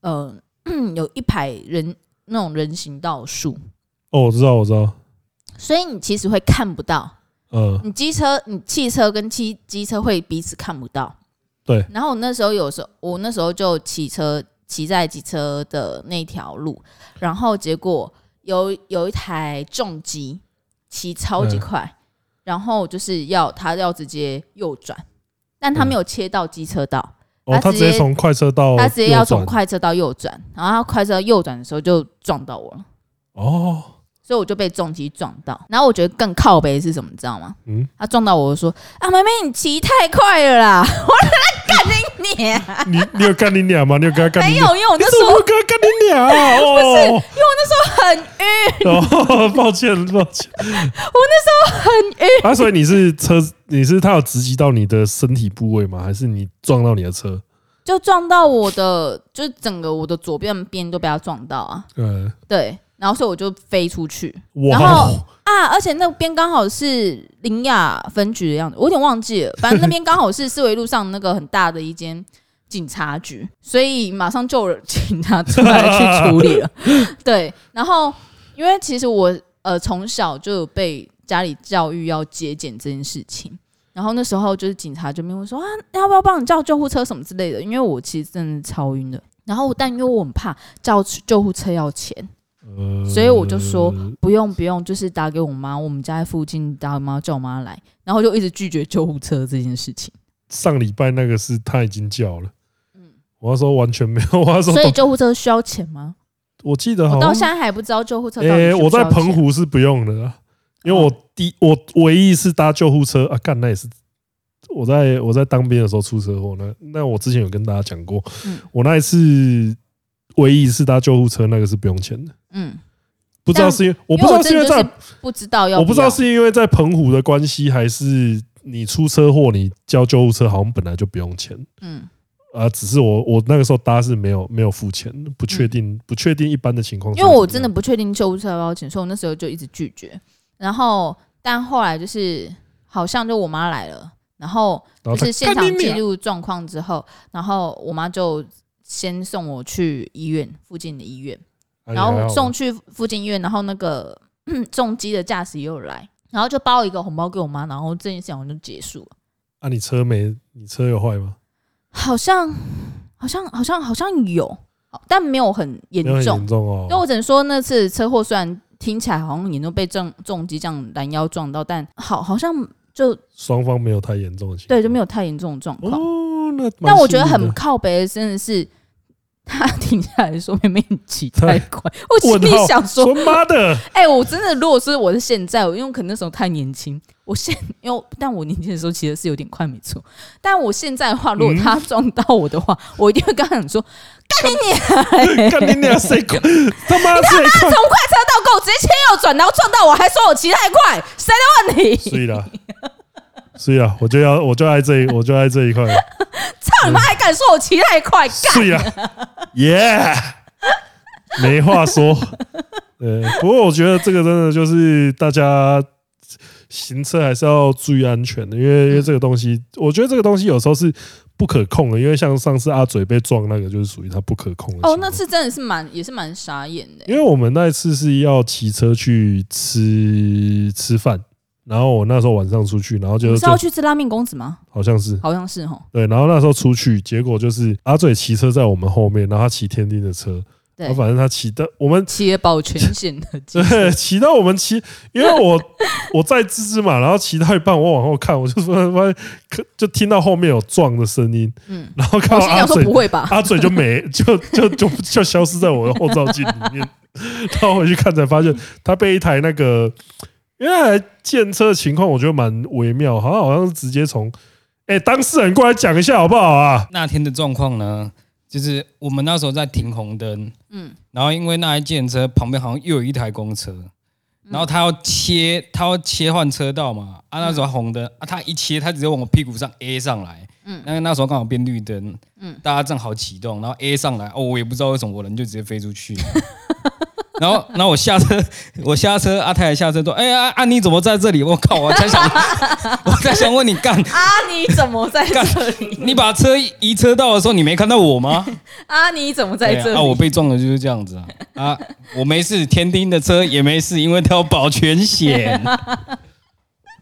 B: 呃， (clears throat) 有一排人那种人行道树，
A: 哦，我知道，我知道，
B: 所以你其实会看不到。
A: 嗯，
B: 你机车、你汽车跟汽机车会彼此看不到。
A: 对。
B: 然后我那时候有时候，我那时候就骑车骑在机车的那条路，然后结果有有一台重机骑超级
A: 嗯
B: 快，然后就是要他要直接右转，但他没有切到机车道，
A: 哦，
B: 他
A: 他
B: 直
A: 直
B: 接
A: 接从快车嗯哦道右
B: 他
A: 转，
B: 直接要从快车道右转，然后他快车右转的时候就撞到我了，
A: 哦，
B: 所以我就被重击撞到。然后我觉得更靠背是什么，你知道吗？
A: 嗯，
B: 他撞到我我说：“啊，妹妹，你骑太快了啦！”我在干你娘，
A: 你你有干你俩吗？你有跟他干
B: 没
A: 你
B: 有
A: 俩？，
B: 因为我
A: 你
B: (laughs) 那
A: 怎
B: 时
A: 么
B: 候
A: 会跟他干你俩啊？哦，
B: 很晕，
A: 哦，抱歉，抱歉，我那时候很晕。啊，所以你是车，你是他有直击到你的身体部位吗？还是你撞到你的车？
B: 就撞到我的，就是整个我的左边边都被他撞到啊，
A: 嗯，
B: 对，然后所以我就飞出去然
A: 哇
B: 后，啊，而且那边刚好是林雅分局的样子，我有点忘记了，反正那边刚好是四维路上那个很大的一间。警察局，所以马上就有 (laughs) 警察出来去处理了。对，然后因为其实我呃从小就有被家里教育要节俭这件事情，然后那时候就是警察就问我说啊，要不要帮你叫救护车什么之类的，因为我其实真的超晕的。然后但因为我很怕叫救护车要钱，
A: 呃
B: 所以我就说不用不用，就是打给我妈，我们家在附近打我妈叫我妈来，然后就一直拒绝救护车这件事情，
A: 上礼拜那个是他已经叫了，我要说完全没有，我要说
B: 嗯所以救护车需要钱吗？
A: 我记得
B: 我
A: 好
B: 到
A: 像
B: 现在还不知道救护车到底需
A: 诶、
B: 不需要钱。哦
A: 我在澎湖是不用的啦，因为我第我唯一是搭救护车啊，干那也是我在我在当兵的时候出车祸那那我之前有跟大家讲过，
B: 嗯
A: 我那一次唯一一次搭救护车那个是不用钱的，
B: 嗯，
A: 不知道是因为我
B: 我
A: 不知道是因为
B: 真
A: 在
B: 的就是不知道要
A: 我不知道
B: 要
A: 是因为在澎湖的关系，还是你出车祸你叫救护车好像本来就不用钱。
B: 嗯
A: 啊，只是我我那个时候搭是没有没有付钱的，不确定、不确定一般的情况下
B: 嗯因
A: 怎么
B: 为
A: 样，
B: 我真的不确定救护车要不要钱，所以我那时候就一直拒绝。然后，但后来就是好像就我妈来了，然后
A: 然后
B: 就是
A: 才
B: 现
A: 干
B: 场
A: 你
B: 记
A: 娘
B: 录状况之后，然后我妈就先送我去医院附近的医院，
A: 啊
B: 然
A: 你还
B: 后
A: 好
B: 送去附近医院，然后那个 (clears throat) 嗯重机的驾驶也有来，然后就包一个红包给我妈，然后这件事情好像就结束了，
A: 啊，你车没你车有坏吗？
B: 好像好像好像好像有，但没有很严
A: 没有很
B: 重
A: 严。重哦。
B: 那我只能说那次车祸虽然听起来好像你都被重重击这样拦腰撞到，但好好像就
A: 双方没有太严重的情况，
B: 对就没有太严重的状况。
A: 哦。那蛮
B: 但我觉得
A: 幸运
B: 很
A: 的
B: 靠北的真的是。他停下来说：“妹妹，你骑
A: (laughs)
B: 太快。”我心
A: 问
B: 里
A: 号
B: 想说
A: 说妈
B: (laughs)
A: 的，
B: 哎、我真的，如果是我是现在，我因为可能那时候太年轻，我现因为但我年轻的时候骑的是有点快，没错。但我现在的话，如果他撞到我的
A: (laughs)
B: 话，我一定会跟他讲说：“干你娘、欸！”
A: 干你娘谁管他妈谁
B: 从
A: 管？
B: 快车道给我直接切右转，然后撞到我，还说我骑太快，谁的问
A: 所
B: 题？
A: 以啦，所以啦，我就要我就爱这一我就爱这一块，
B: 操你妈！还敢说我骑太快？干！
A: 所以啦，耶，没
B: (laughs)
A: 话说。呃，不过我觉得这个真的就是大家行车还是要注意安全的，因为因为
B: 嗯
A: 这个东西，我觉得这个东西有时候是不可控的，因为像上次阿嘴被撞那个，就是属于他不可控的情况。
B: 哦，那次真的是蛮也是蛮傻眼的欸
A: 因。为我们那一次是要骑车去吃吃饭，然后我那时候晚上出去，然后
B: 哦你
A: 就
B: 们是
A: 就
B: 要去吃拉面公子吗？
A: 好像是
B: 好像是哈，
A: 对，然后那时候出去，结果就是阿嘴骑车在我们后面，然后他骑天丁的车，
B: 对
A: 啊然后反正他骑 (laughs) 到我们
B: 企业保全险的机
A: 对，骑到我们骑，因为我 (laughs) 我在芝芝嘛，然后骑到一半，我往后看，我就说妈，可就听到后面有撞的声音，
B: 嗯，
A: 然后看
B: 我
A: 到
B: 心
A: 阿
B: 想说
A: 嘴
B: 不，会吧？
A: 阿嘴就没，就 (laughs) 就就就消失在我的后照镜里面。 (laughs) 然后回去看才发现，他被一台那个，因为他建车的情况我觉得蛮微妙，好像好像是直接从，哎，当事人过来讲一下好不好啊？
C: 那天的状况呢，就是我们那时候在停红灯，
B: 嗯，
C: 然后因为那一件车旁边好像又有一台公车，然后他要切，他要切换车道嘛，啊那时候红灯啊，他一切他直接往我屁股上 A 上来，
B: 嗯
C: 嗯，那那时候刚好变绿灯，
B: 嗯
C: 嗯，大家正好启动，然后 A 上来，哦我也不知道为什么我人就直接飞出去 (laughs) 了。然后，然后我下车，我下车，阿泰也下车说：“哎呀，啊你怎么在这里？我靠！我才想， (laughs) 我才想问你干，
B: 啊，你怎么在这里？
C: 你把车移车道的时候，你没看到我吗？
B: 啊，你怎么在这
C: 对
A: 哎
B: 里？
C: 啊，啊我被撞的就是这样子啊！啊，我没事，天丁的车也没事，因为他有保全险。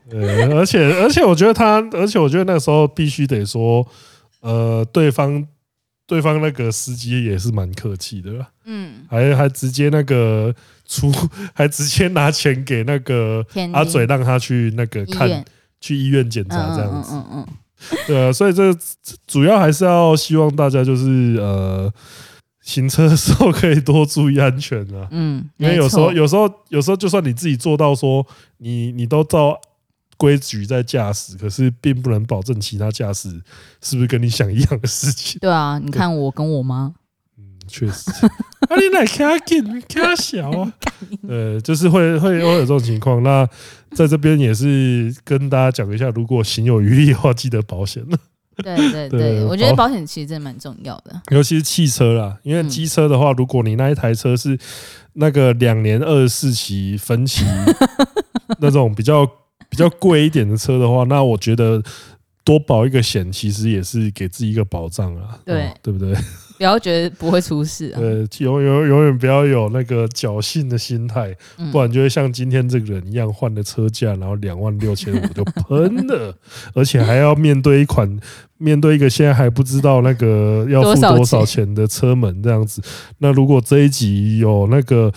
A: 对，而且而且我觉得他，而且我觉得那时候必须得说，呃，对方对方那个司机也是蛮客气的啦，
B: 嗯，
A: 还还直接那个出， (laughs) 还直接拿钱给那个
B: 天
A: 阿
B: 丁
A: 嘴，让他去那个
B: 嗯医
A: 看
B: 院
A: 去医院检
B: 嗯
A: 查
B: 嗯
A: 这样
B: 嗯
A: 子。
B: 嗯嗯，
A: 对啊，所以这主要还是要希望大家就是呃，行车的时候可以多注意安全啊。
B: 嗯，
A: 因为
B: 没
A: 有时候，
B: 错
A: 有时候，有时候，就算你自己做到说你你都照规矩在驾驶，可是并不能保证其他驾驶是不是跟你想一样的事情。
B: 对啊，你看我跟
A: (laughs)
B: 我妈，
A: 嗯，确实。啊，你来卡紧卡小 (laughs) 啊，呃，就是会会会有这种情况。那在这边也是跟大家讲一下，如果行有余力的话，记得保险。
B: 对对对，
A: 对
B: 我觉得
A: 保
B: 保险其实真的蛮重要的。
A: 尤其是汽车啦，因为
B: 嗯
A: 机车的话，如果你那一台车是那个两年二十四期分
B: (laughs)
A: 期那种比较比较贵一点的车的话，那我觉得多保一个险，其实也是给自己一个保障啊，
B: 对
A: 哦对不对？
B: 不要觉得不会出事啊，
A: 呃，永永永远不要有那个侥幸的心态，
B: 嗯
A: 不然就会像今天这个人一样，换了车价，然后两万六千五就 (laughs) 喷了，而且还要面对一款面对一个现在还不知道那个要付多
B: 多少钱
A: 少钱的车门这样子。那如果这一集有那个。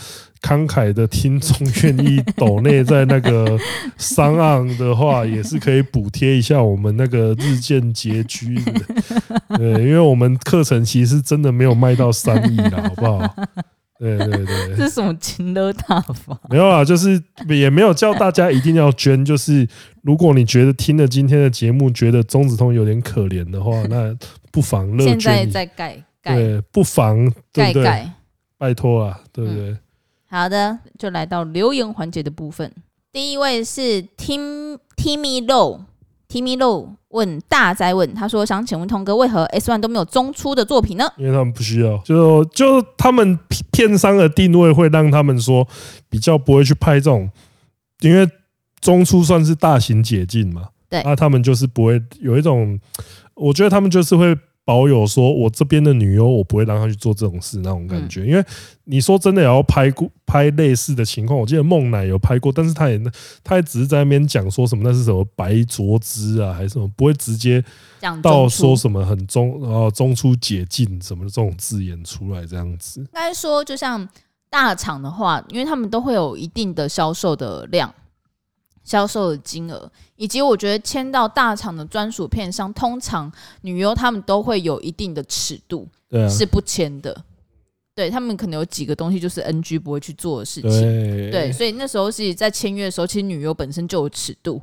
A: 慷慨的听众愿意抖内在那个商岸的话，也是可以补贴一下我们那个日渐拮据的对，因为我们课程其实真的没有卖到三亿啦，好不好？对对对，
B: (laughs) 这是什么情勒大法？
A: 没有啦，就是也没有叫大家一定要捐。就是如果你觉得听了今天的节目，觉得中子通有点可怜的话，那不妨乐
B: 现在
A: 捐一下。
B: 在盖盖
A: 对，不妨对
B: 盖
A: 不对？
B: 盖。
A: 拜托啊，对不
B: 嗯
A: 对？
B: 好的，就来到留言环节的部分。第一位是 Tim Timmy Low，Timmy Low 问大灾问，他说想请问通哥，为何 S One 都没有中出的作品呢？
A: 因为他们不需要，就就他们片商的定位会让他们说比较不会去拍这种，因为中出算是大型解禁嘛，
B: 对
A: 那、他们就是不会有一种，我觉得他们就是会保有说我这边的女优，我不会让她去做这种事那种
B: 嗯
A: 感觉，因为你说真的也要拍过拍类似的情况，我记得梦奶有拍过，但是她也她也只是在那边讲说什么那是什么白灼之啊，还是什么，不会直接。
B: 讲
A: 到
B: 中
A: 说
B: 出，
A: 什么很中哦中出解禁什么的这种字眼出来这样子
B: 应，该说就像大厂的话，因为他们都会有一定的销售的量、销售的金额，以及我觉得签到大厂的专属片商，通常女优他们都会有一定的尺度，
A: 对啊，
B: 是不签的。对他们可能有几个东西就是 NG 不会去做的事情，
A: 对
B: 对，所以那时候是在签约的时候，其实女优本身就有尺度。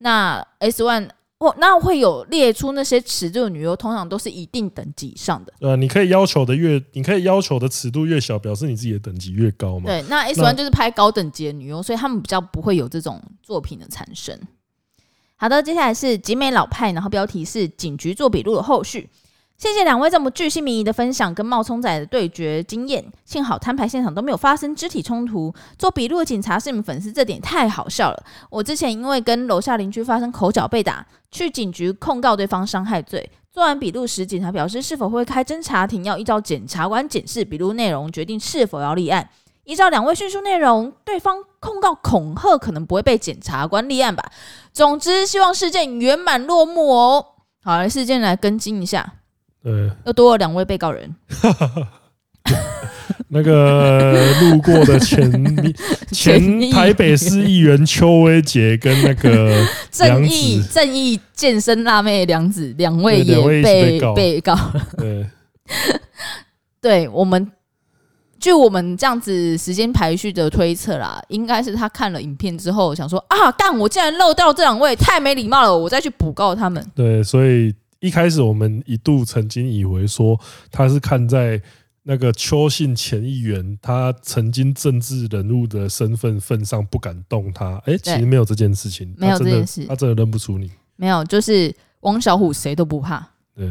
B: 那 S One 哦，那会有列出那些尺度的女优，通常都是一定等级以上的。
A: 对啊，你可以要求的越，你可以要求的尺度越小，表示你自己的等级越高嘛。
B: 对，那 S
A: 那
B: One 就是拍高等级的女优，所以他们比较不会有这种作品的产生。好的，接下来是集美老派，然后标题是《警局做笔录》的后续。谢谢两位这么巨细靡遗的分享跟冒充仔的对决经验，幸好摊牌现场都没有发生肢体冲突。做笔录的警察是你们粉丝，这点太好笑了。我之前因为跟楼下邻居发生口角被打，去警局控告对方伤害罪。做完笔录时，警察表示是否会开侦查庭，要依照检察官检视笔录内容决定是否要立案。依照两位叙述内容，对方控告恐吓可能不会被检察官立案吧。总之，希望事件圆满落幕哦。好，来事件来跟进一下。
A: 对，
B: 又多了两位被告人，
A: 那个路过的
B: (laughs)
A: 前前台北市议员邱威杰跟那
B: (laughs)
A: 个
B: 正义
A: 梁子
B: 正义健身辣妹梁子两
A: 对
B: 位也
A: 两位一起
B: 被
A: 被告
B: 被告。
A: 对
B: 对我们，据我们这样子时间排序的推测啦，应该是他看了影片之后想说啊，干我竟然漏掉这两位，太没礼貌了，我再去补告他们。
A: 对，所以一开始我们一度曾经以为说他是看在那个邱姓前议员他曾经政治人物的身份份上不敢动他，哎，其实没有这件事情，
B: 没
A: 他
B: 有
A: 真的
B: 这件事
A: 他真的认不出你。
B: 没有，就是汪小虎谁都不怕。
A: 对，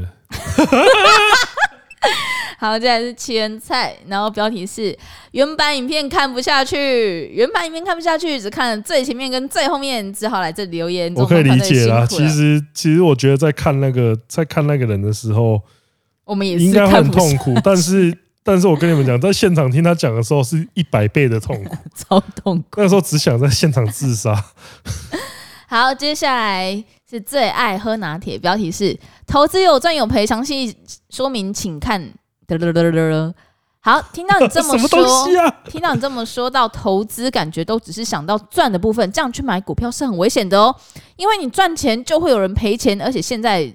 B: 好，接下来是七人菜，然后标题是原版影片看不下去，原版影片看不下去，只看了最前面跟最后面，只好来这里留言。
A: 我可以理解啦。
B: 啦，
A: 其实其实我觉得在看那个在看那个人的时候，
B: 我们也
A: 应
B: 是
A: 该会
B: 看
A: 很
B: 不下
A: 痛苦，但是但是我跟你们讲，在现场听他讲的时候是一百倍的痛
B: (laughs)
A: 苦，
B: 超痛苦。
A: 那时候只想在现场自杀。
B: 好，接下来是最爱喝拿铁，标题是投资有赚有赔，详细说明请看。嘚嘚嘚嘚嘚好，听到你这
A: (laughs)
B: 么
A: 什么
B: 说
A: 东，西啊？
B: 听到你这么说到投资，感觉都只是想到赚的部分，这样去买股票是很危险的哦，因为你赚钱就会有人赔钱，而且现在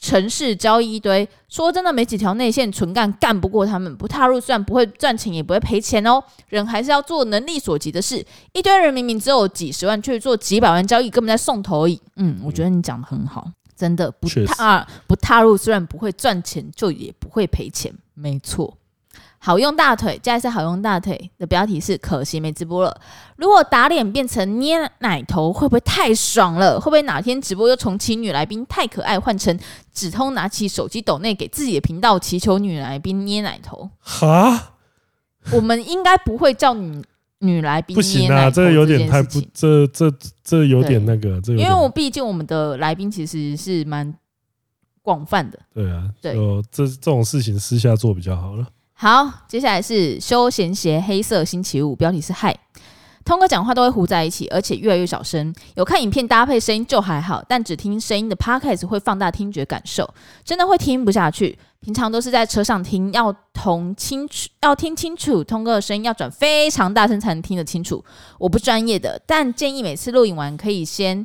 B: 城市交易一堆，说真的没几条内线纯干干不过他们，不踏入虽然不会赚钱也不会赔钱哦，人还是要做能力所及的事。一堆人明明只有几十万，却做几百万交易，根本在送头而已。嗯，我觉得你讲的很好，真的不
A: 确实
B: 踏啊不踏入虽然不会赚钱，就也不会赔钱，没错。好用大腿，接下来是好用大腿的标题是可惜没直播了。如果打脸变成捏奶头，会不会太爽了？会不会哪天直播又重启女来宾太可爱，换成只通拿起手机抖内给自己的频道祈求女来宾捏奶头？ (laughs)
A: 哈，
B: 我们应该不会叫女女来宾
A: 不
B: 捏
A: 行
B: 奶
A: 啊，
B: 头
A: 这个有点太
B: 件事
A: 不
B: 情，
A: 这这这有点那个，这有
B: 因
A: 点
B: 为我毕竟我们的来宾其实是蛮广泛的。
A: 对啊，
B: 对
A: 就这这种事情私下做比较好了。
B: 好，接下来是休闲鞋黑色星期五，标题是嗨。通哥讲话都会糊在一起，而且越来越小声。有看影片搭配声音就还好，但只听声音的 podcast 会放大听觉感受，真的会听不下去。平常都是在车上听，要同清楚，要听清楚通哥的声音，要转非常大声才能听得清楚。我不专业的，但建议每次录影完可以先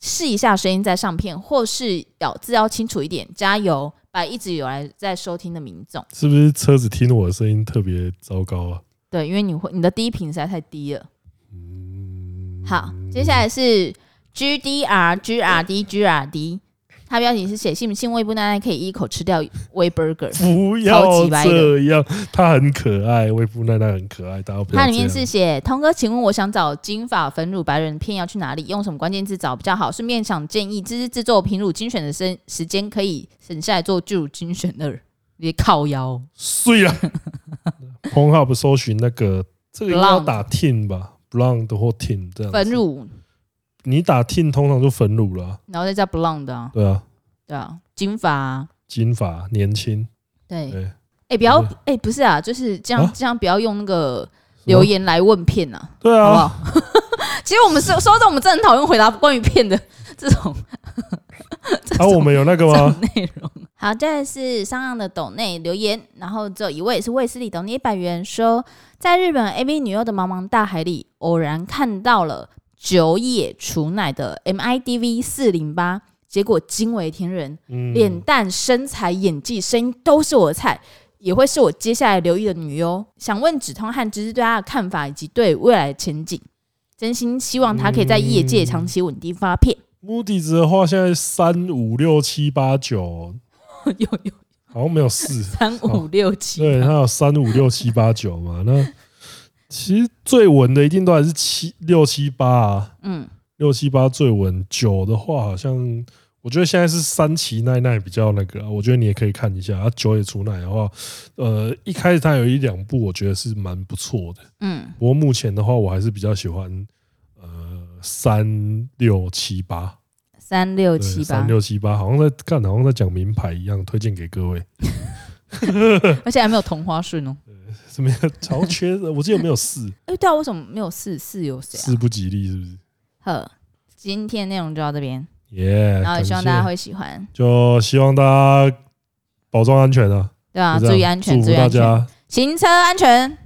B: 试一下声音再上片，或是咬字要清楚一点。加油！把一直有来在收听的民众。
A: 是不是车子听我的声音特别糟糕
B: (laughs)
A: 啊？
B: 对，因为你会你的低频实在太低了。
A: 嗯，
B: 好，接下来是 G D R G R D G R D，它标题是写信信胃不耐耐可以一口吃掉微 burger。
A: 不
B: 超
A: 要
B: 级白的
A: 这样，他很可爱，魏夫奈奈很可爱，大家不要
B: 它里面
A: 这样
B: 是写通哥，请问我想找金发粉乳白人片要去哪里？用什么关键字找比较好？顺便想建议，这是制作品乳精选的时时间可以省下来做巨乳精选二，别靠腰。
A: 碎了。p o n h u b 搜寻那个这个应该要打 tin 吧，blonde 或 tin 这样子
B: 粉，乳，
A: 你打 tin 通常就粉乳了啊，
B: 然后再加 blonde 啊，
A: 对啊，
B: 对啊，金发、啊，
A: 金发年轻，
B: 对，
A: 对，
B: 哎、不要
A: 对，
B: 哎、不是啊，就是这样，
A: 啊
B: 这样不要用那个留言来问骗啊，
A: 对
B: 好不 (laughs)
A: 啊，
B: 好？其实我们说说到这，我们真的很讨厌回答关于骗的 (laughs) 这种
A: 啊，我们有那个
B: 这种
A: 吗？
B: 内容。好，这是商岸的抖内留言，然后只有一位是卫斯理抖内一百元说，在日本 AV 女优的茫茫大海里，偶然看到了久野雏乃的 MIDV 四零八，结果惊为天人，
A: 嗯，
B: (laughs) 脸蛋、身材、演技、声音都是我的菜，也会是我接下来留意的女优。想问止通和芝芝对她的看法以及对未来的前景，真心希望她可以在业界长期稳定发片。
A: 目的值的话，现在三五六七八九，
B: (laughs) 有有
A: 好像没有四，
B: (laughs) 三五六
A: 对，
B: 七，
A: 它有三五六七八九嘛。那其实最稳的一定都还是七六七八啊，
B: 嗯，
A: 六七八最稳，九的话好像。我我觉得现在是三期奈奈比较那个啊、我觉得你也可以看一下。啊，九野出奈的话，呃，一开始它有一两部我觉得是蛮不错的，
B: 嗯，
A: 不过目前的话，我还是比较喜欢呃三六七八。
B: 三六七八
A: 三，六七八，好像在干，好像在讲名牌一样，推荐给各位。 (laughs)
B: 而且还没有同花顺哦。
A: 怎么样？超缺的，我记得没有四，
B: 哎， (laughs) 对啊，为什么没有四？四有谁
A: 四不吉利是不是？
B: 啊？呵，今天内容就到这边，哎
A: 耶、
B: 然后也
A: 感
B: 希
A: 谢
B: 望大家，会喜欢，
A: 就希望大家保重安全啊，
B: 对啊，
A: 就这
B: 注
A: 样
B: 意安全，
A: 祝
B: 注
A: 福
B: 意
A: 大
B: 安全，
A: 家。
B: 行车安全。